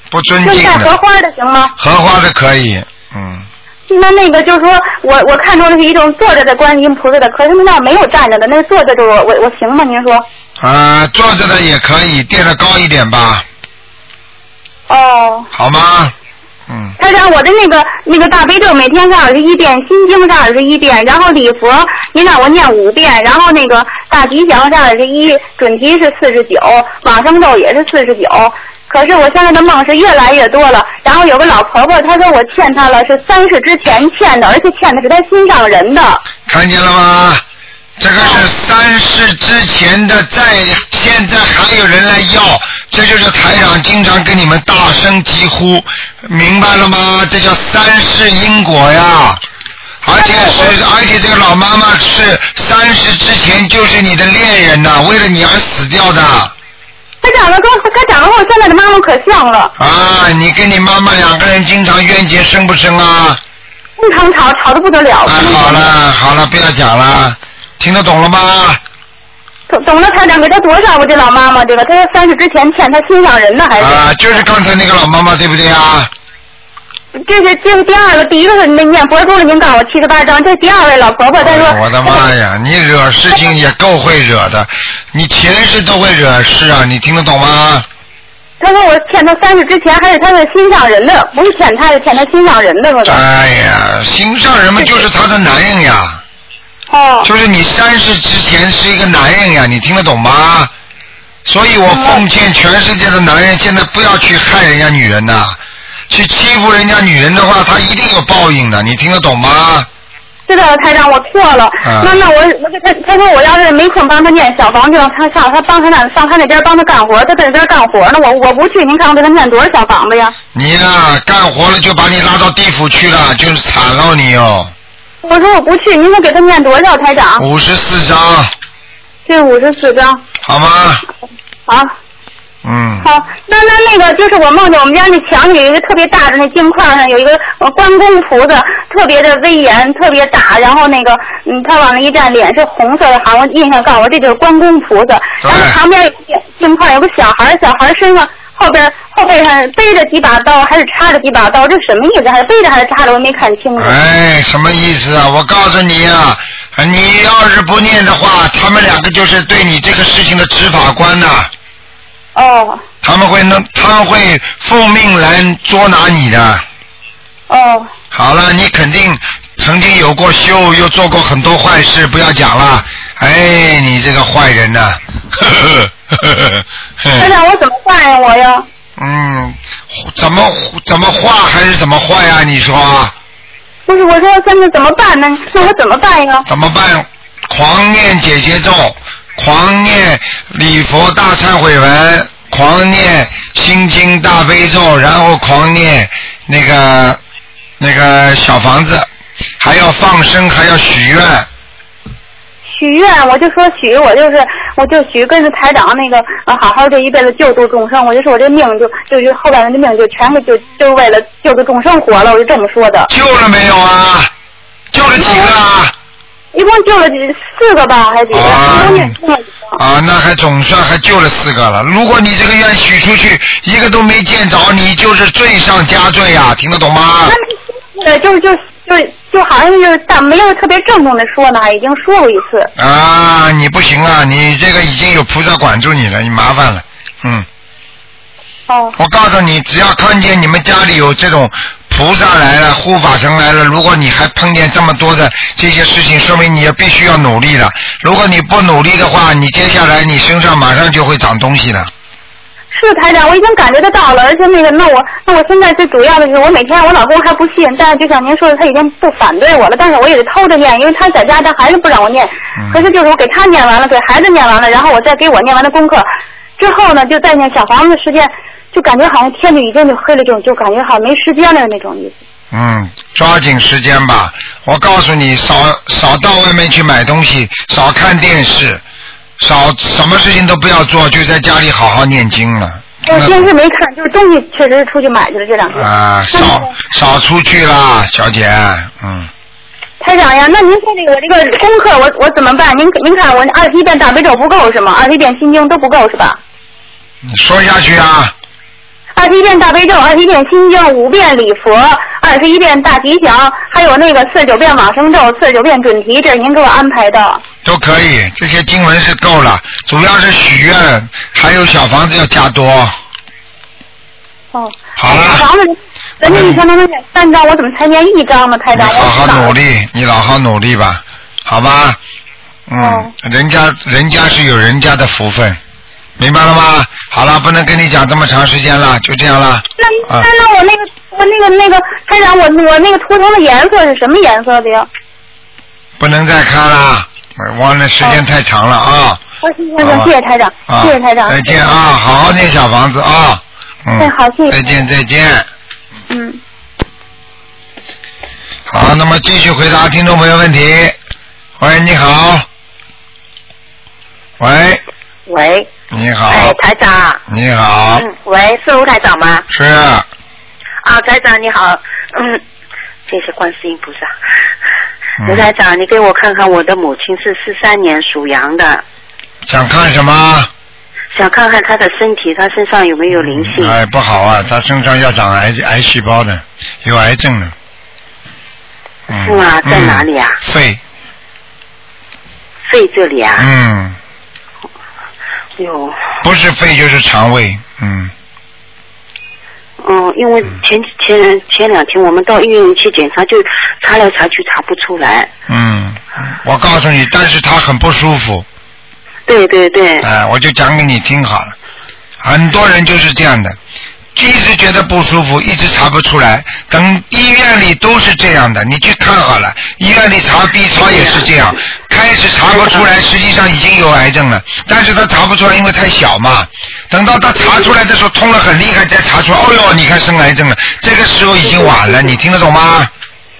A: 不尊
E: 就是
A: 敬
E: 带荷
A: 的，
E: 花的行吗？
A: 荷花的可以，嗯，
E: 那那个就是说我我看中的是一种坐着的观世音菩萨的，可是那儿没有站着的，那个坐着的我我我行吗？您说？
A: 啊，坐着的也可以，垫的高一点吧，
E: 哦，
A: 好吗？嗯
E: 台长，我的那个那个大悲咒每天是二十一遍，心经是二十一遍，然后礼佛您让我念五遍，然后那个大吉祥是二十一，准提是四十九，往生咒也是四十九。可是我现在的梦是越来越多了，然后有个老婆婆，她说我欠她了，是三世之前欠的，而且欠的是她心上人的。
A: 看见了吗？这个是三世之前的在，现在还有人来要，这就是台长经常跟你们大声疾呼，明白了吗？这叫三世因果呀。而且是，而且这个老妈妈是三十之前就是你的恋人呐、为了你而死掉的。
E: 他长得跟他长得跟我现在的妈妈可像了，
A: 啊，你跟你妈妈两个人经常冤结生不生啊？
E: 经常吵吵得不得了。
A: 好了好了，不要讲了，听得懂了吗？
E: 懂懂了，台长给他多少吧？这老妈妈，这个他三十之前欠他心上人呢，还是？
A: 啊，就是刚才那个老妈妈对不对啊？
E: 这是这是第二个，第一个是那念佛珠了，您告诉我七十八章，这是第二位老婆婆，她说、
A: 哎我的妈呀，你惹事情也够会惹的，你前世都会惹事啊，你听得懂吗？
E: 她说我欠她三十之前还是她的心上人的，不是欠她，是欠她心上人的那个。
A: 哎呀，心上人嘛就是她的男人呀。
E: 哦。
A: 就是你三世之前是一个男人呀，你听得懂吗？所以我奉劝全世界的男人，现在不要去害人家女人呐、去欺负人家女人的话，她一定有报应的，你听得懂吗？
E: 知道了，台长，我错了。
A: 嗯
E: 那那我我给他他说我要是没空帮他念小房子，他上他帮他那上他那边帮他干活，他在那边干活呢，我我不去，您看我给他念多少小房子呀？
A: 你呀、干活了就把你拉到地府去了，就是惨了你哦，
E: 我说我不去，您能给他念多少，台长？
A: 五十四张，
E: 这五十四张
A: 好吗？
E: 啊。
A: 嗯，
E: 好，那那那个就是我梦见我们家那墙里有一个特别大的那镜框上有一个呃关公菩萨，特别的威严，特别大。然后那个嗯，他往那一站，脸是红色的，好像印象告诉我这就是关公菩萨。然后旁边有个镜框有个小孩儿，小孩儿身上后边后背上背着几把刀，还是插着几把刀，这什么意思？还是背着还是插着？我没看
A: [laughs]
E: 清楚。
A: 哎，什么意思啊？我告诉你啊，你要是不念的话，他们两个就是对你这个事情的执法官呐、
E: 哦
A: 他们会能，他们会奉命来捉拿你的。
E: 哦
A: 好了，你肯定曾经有过羞，又做过很多坏事，不要讲了。哎，你这个坏人
E: [laughs]
A: 呐、呵呵呵
E: 台
A: 呵
E: 长，我怎么办呀？我呀，
A: 嗯，怎么怎么坏还是怎么坏啊？你说啊
E: 不是我说现在怎么办呢？那我怎么办呀？
A: 怎么办？狂念解结咒，狂念礼佛大忏悔文，狂念心经大悲咒，然后狂念那个那个小房子，还要放生，还要许愿。
E: 许愿，我就说许，我就是我就许跟着台长那个，呃好好这一辈子救度众生，我就说我这命就就就后半生的命就全给就就是为了救度众生活了，我就这么说的。
A: 救了没有啊？救了几个啊？
E: 一共救了几四个吧，还是几个？
A: 啊
E: 都念经了。
A: 啊，那还总算还救了四个了。如果你这个愿许出去，一个都没见着，你就是罪上加罪啊！听得懂吗？
E: 对，就是就就就好像就是但没有特别郑重的说呢，已经说过一次。
A: 啊，你不行啊，你这个已经有菩萨管住你了，你麻烦了。嗯，
E: 哦
A: 我告诉你，只要看见你们家里有这种菩萨来了、护法神来了，如果你还碰见这么多的这些事情，说明你也必须要努力了。如果你不努力的话，你接下来你身上马上就会长东西了。
E: 是台长，我已经感觉得到了，而且那个，那我那我现在最主要的是，我每天我老公还不信，但是就像您说的，他已经不反对我了，但是我也得偷着念，因为他在家他还是不让我念。
A: 嗯
E: 可是就是我给他念完了，给孩子念完了，然后我再给我念完的功课，之后呢，就再念小房子的时间，就感觉好像天就已经就黑了，这种就感觉好像没时间了那种意思。
A: 嗯，抓紧时间吧。我告诉你，少少到外面去买东西，少看电视，少什么事情都不要做，就在家里好好念经了。
E: 我
A: 那
E: 电视没看，就是东西确实是出去买去了这两天。
A: 啊，少少出去啦，小姐。嗯，
E: 台长呀，那您说这个我这个功课我我怎么办？您您看我二十一遍大悲咒不够是吗？二十一遍心经都不够是吧？
A: 你说下去啊。
E: 二十一遍大悲咒，二十一遍心经，五遍礼佛，二十一遍大吉祥，还有那个四十九遍往生咒，四十九遍准提，这是您给我安排的。
A: 都可以，这些经文是够了，主要是许愿，还有小房子要加多。
E: 哦，
A: 好了，
E: 房子，人家一天都能念三张，我怎么才念一张呢？台
A: 你
E: 长，
A: 好
E: 我
A: 好努力，你好好努力吧，好吧？嗯，人家人家是有人家的福分，明白了吗？好了，不能跟你讲这么长时间了，就这样了。
E: 那
A: 啊
E: 那那我那个我那个那个台长，我我那个图腾的颜色是什么颜色的呀？
A: 不能再看了，忘了时
J: 哦
A: 间太长了啊。
J: 那个谢谢台长，
A: 啊
J: 谢谢台长，
A: 再见啊，好好念小房子啊。嗯。
J: 哎好谢谢
A: 再见，再见。
J: 嗯。
A: 好，那么继续回答听众朋友问题。喂，你好。喂，
I: 喂，
A: 你好
I: 哎，，台长，
A: 你好，
I: 嗯，喂，是卢台长吗？
A: 是
I: 啊，台长你好，嗯，这是观世音菩萨。
A: 嗯
I: 卢台长，你给我看看我的母亲是四三年属羊的，
A: 想看什么？
I: 想看看她的身体，她身上有没有灵
E: 嗯
I: 性？
A: 哎，不好啊，他身上要长癌癌细胞的，有癌症的。嗯、
I: 是吗？在哪里啊？
A: 嗯？肺，
I: 肺这里啊？
A: 嗯，
E: 嗯
I: 有，
A: 不是肺就是肠胃，嗯，
I: 嗯，因为前前前两天我们到医院去检查，就查来查去查不出来。
A: 嗯，
I: 啊
A: 我告诉你，但是他很不舒服，
I: 对对对，
A: 哎，我就讲给你听好了。很多人就是这样的，一直觉得不舒服，一直查不出来。等医院里都是这样的，你去看好了，医院里查 B 超也是这样，开始查不出来，实际上已经有癌症了，但是他查不出来，因为太小嘛。等到他查出来的时候，痛了很厉害，再查出来，哦哟，你看生癌症了，这个时候已经晚了，你听得懂吗？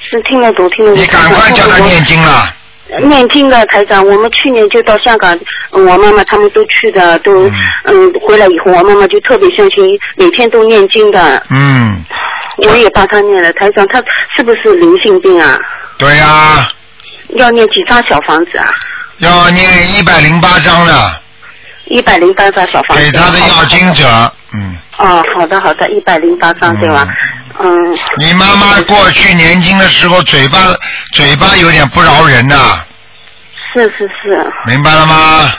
I: 是听得懂，听得懂。
A: 你赶快叫他念经了。
I: 念经的台长，我们去年就到香港，嗯我妈妈他们都去的，都嗯回来以后，我妈妈就特别相信，每天都念经的，
A: 嗯，
I: 我也帮她念了。台长，她是不是灵性病啊？
A: 对呀、
I: 要念几张小房子啊？
A: 要念一百零八章了，
I: 一百零八张小房子。
A: 给他的要经者，嗯。
I: 哦，好的好的，一百零八张对吧？嗯。
A: 你妈妈过去年轻的时候，嘴巴嘴巴有点不饶人呐、
I: 是是是，
A: 明白了吗？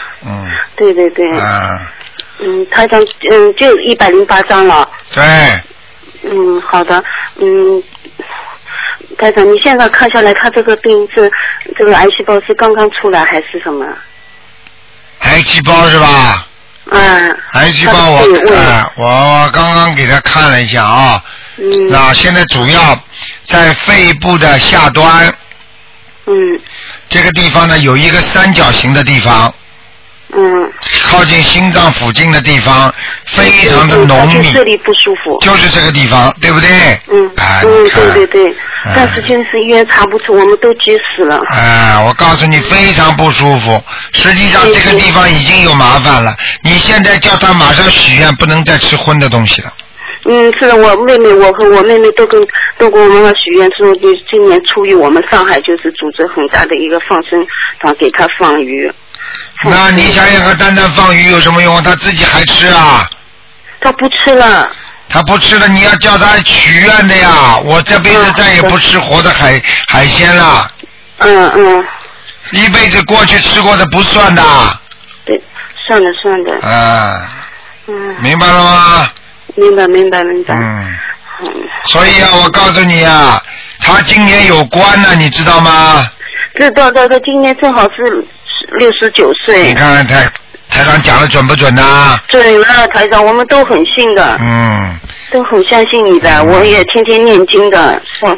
I: 对对对，
A: 嗯，
I: 嗯，台长，嗯，就一百零八张了。
A: 对，
I: 嗯，好的，嗯，台长，你现在看下来，他这个病是这个癌细胞是刚刚出来还是什么？
A: 癌细胞是吧？
I: 嗯，
A: 癌细胞
I: 他的肺
A: 我
I: 胃
A: 啊、我刚刚给他看了一下啊，
I: 嗯，
A: 那现在主要在肺部的下端
I: 嗯
A: 这个地方呢，有一个三角形的地方，
I: 嗯，
A: 靠近心脏附近的地方，非常的
I: 嗯
A: 浓
I: 他
A: 密
I: 就，这里不舒服。
A: 就是这个地方，对不对？
I: 嗯
A: 哎
I: 嗯
A: 你，
I: 对
A: 看
I: 对对，
A: 哎
I: 但是就是医院查不出，我们都急死了。
A: 哎，我告诉你，非常不舒服。实际上这个地方已经有麻烦了，你现在叫他马上许愿，不能再吃荤的东西了。
I: 嗯，是的，我妹妹，我和我妹妹都跟都跟我妈妈许愿说，就今年初一我们上海就是组织很大的一个放生，然后给她放鱼。
A: 那你想想看，单单放鱼有什么用啊？他自己还吃啊？
I: 她不吃了。
A: 他不吃了，你要叫他许愿的呀！我这辈子再也不吃活的海海鲜了。
I: 嗯嗯，
A: 一辈子过去吃过的不算的。
I: 对，算了算了，
A: 啊，
I: 嗯，
A: 明白了吗？
I: 明白明白明白。
A: 嗯。所以啊，我告诉你啊，他今年有关呢，你知道吗？
I: 这到到到今年正好是六十九岁
A: 你，看看台台长讲的准不准呐、啊
I: 准了台长，我们都很信的，
A: 嗯
I: 都很相信你的，我也天天念经的，是吧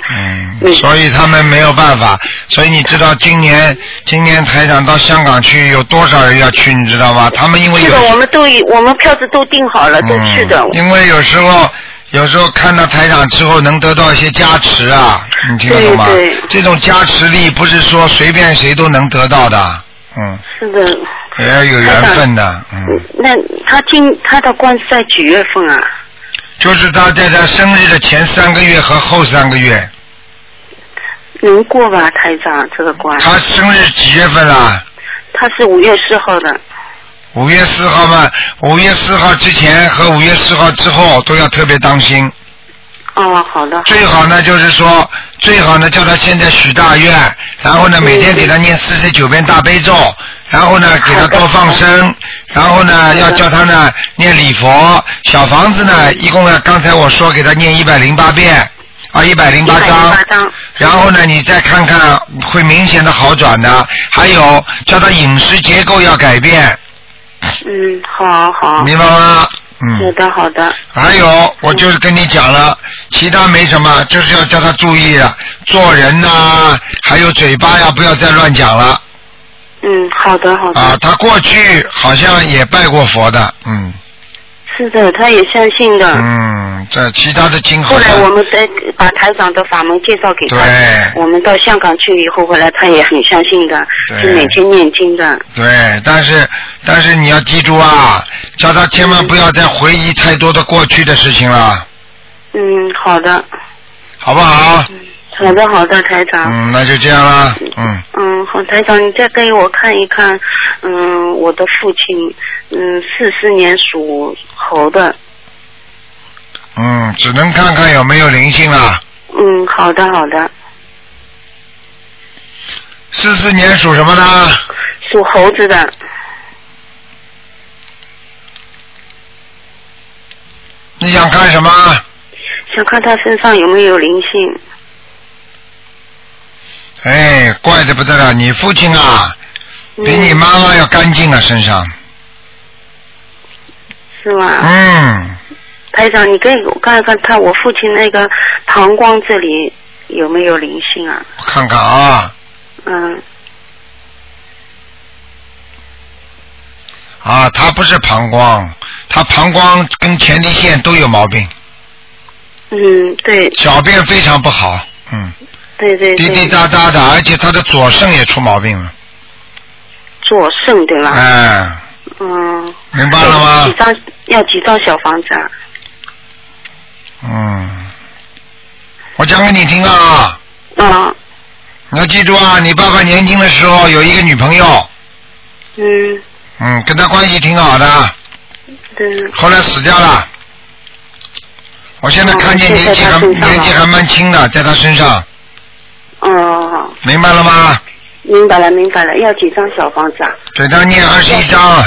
A: 嗯，所以他们没有办法，所以你知道今年今年台长到香港去有多少人要去，你知道吗？他们因为
I: 是
A: 有
I: 的，我们都已我们票子都订好了，都去的
A: 嗯，因为有时候有时候看到台长之后能得到一些加持啊，你听得懂吗
I: 对对？
A: 这种加持力不是说随便谁都能得到的，嗯，
I: 是的。
A: 也要有缘分的，嗯，
I: 那他今他的官是在几月份啊？
A: 就是他在他生日的前三个月和后三个月，
I: 能过吧，台长这个关？
A: 他生日几月份啦？
I: 他是五月四号的，
A: 五月四号嘛，五月四号之前和五月四号之后都要特别当心。
I: 哦，好的，
A: 最好呢就是说，最好呢叫他现在许大愿，然后呢每天给他念四十九遍大悲咒，然后呢给他多放生，然后呢要叫他呢念礼佛，小房子呢一共呢刚才我说给他念一百零八遍啊一百零八章
I: 108，张
A: 然后呢你再看看会明显的好转的，还有叫他饮食结构要改变，
I: 嗯，好好，
A: 明白吗？嗯。
I: 好的好的，
A: 还有，我就是跟你讲了，其他没什么，就是要叫他注意了，做人呐、还有嘴巴呀，不要再乱讲了，
I: 嗯，好的好的。
A: 啊，他过去好像也拜过佛的，嗯
I: 是的，他也相信的。
A: 嗯，这其他的经
I: 后
A: 好
I: 来我
A: 像
I: 们再把台长的法门介绍给他，
A: 对
I: 我们到香港去以后，回来他也很相信的，
A: 对
I: 是每天念经的。
A: 对，但是但是你要记住啊，叫他千万不要再回忆太多的过去的事情了，
I: 嗯，好的，
A: 好不好？
I: 嗯好的，好的，台长。
A: 嗯，那就这样啦，嗯。
I: 嗯，好，台长，你再给我看一看，嗯，我的父亲，嗯，四十年属猴的，
A: 嗯，只能看看有没有灵性了。
I: 嗯，好的，好的，
A: 四四年属什么呢？
I: 属猴子的，
A: 你想看什么？
I: 想看他身上有没有灵性，
A: 哎，怪得不得了，你父亲啊，比
I: 嗯
A: 你妈妈要干净啊，身上。
I: 是吗？
A: 嗯，
I: 台长，你给我看一看他我父亲那个膀胱这里有没有灵性啊？
A: 我看看啊，
I: 嗯，
A: 啊，他不是膀胱，他膀胱跟前列腺都有毛病，
I: 嗯，对，
A: 小便非常不好，嗯，
I: 对对对，
A: 滴滴答答的，而且他的左肾也出毛病了，
I: 左肾对吧？
A: 哎，
I: 嗯，
A: 明白了
I: 几
A: 吗？
I: 张要几张小房子啊？
A: 嗯，我讲给你听啊，
I: 啊，
A: 你要记住啊，你爸爸年轻的时候有一个女朋友，
I: 嗯，
A: 嗯，跟他关系挺好的，
I: 对，
A: 后来死掉了。我现在看见
I: 哦
A: 年纪还
I: 就在他身上啊
A: 年纪还蛮轻的，在他身上，
I: 哦，
A: 明白了吗？
I: 明白了，明白了，要几张小房子啊？
A: 给他念二十一章，啊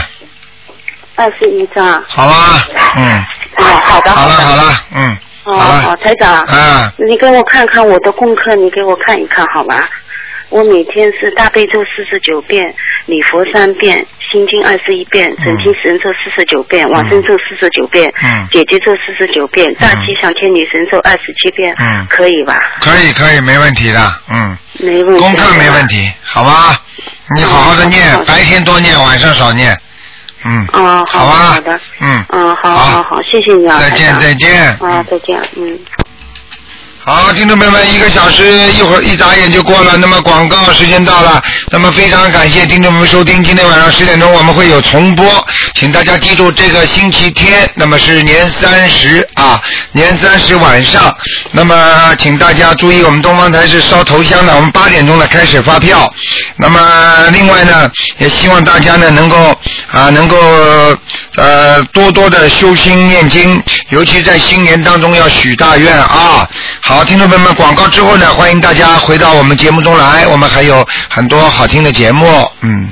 I: 二十一张啊。
A: 好吧？嗯，
I: 哦，好的，
A: 好
I: 好
A: 了
I: 的，
A: 好了，嗯，
I: 哦，
A: 好了
I: 好，台长，
A: 啊，
I: 你给我看看我的功课，你给我看一看好吧？我每天是大悲咒四十九遍，礼佛三遍，心经二十一遍，准提神咒四十九遍，往生咒四十九遍，
A: 嗯
I: 姐姐咒四十九遍，大吉祥天女神咒二十七遍，
A: 嗯
I: 可以吧？
A: 可以可以，没问题的，嗯，
I: 没问题。
A: 功课没问。题，好吧？
I: 嗯
A: 你好好的念，白天多念，晚上少念，嗯，
I: 嗯，好的，
A: 吧
I: 好的，
A: 嗯，
I: 嗯，好好好，谢谢你啊，
A: 再见
I: 台长
A: 再见
I: 啊，再见，嗯。
A: 好，听众朋友们，一个小时一会儿一眨眼就过了，那么广告时间到了，那么非常感谢听众朋友们收听，今天晚上十点钟我们会有重播，请大家记住这个星期天，那么是年三十啊，年三十晚上，那么请大家注意，我们东方台是烧头香的，我们八点钟呢开始发票，那么另外呢，也希望大家呢能够啊能够呃多多的修心念经，尤其在新年当中要许大愿啊。好，听众朋友们，广告之后呢，欢迎大家回到我们节目中来，我们还有很多好听的节目，嗯。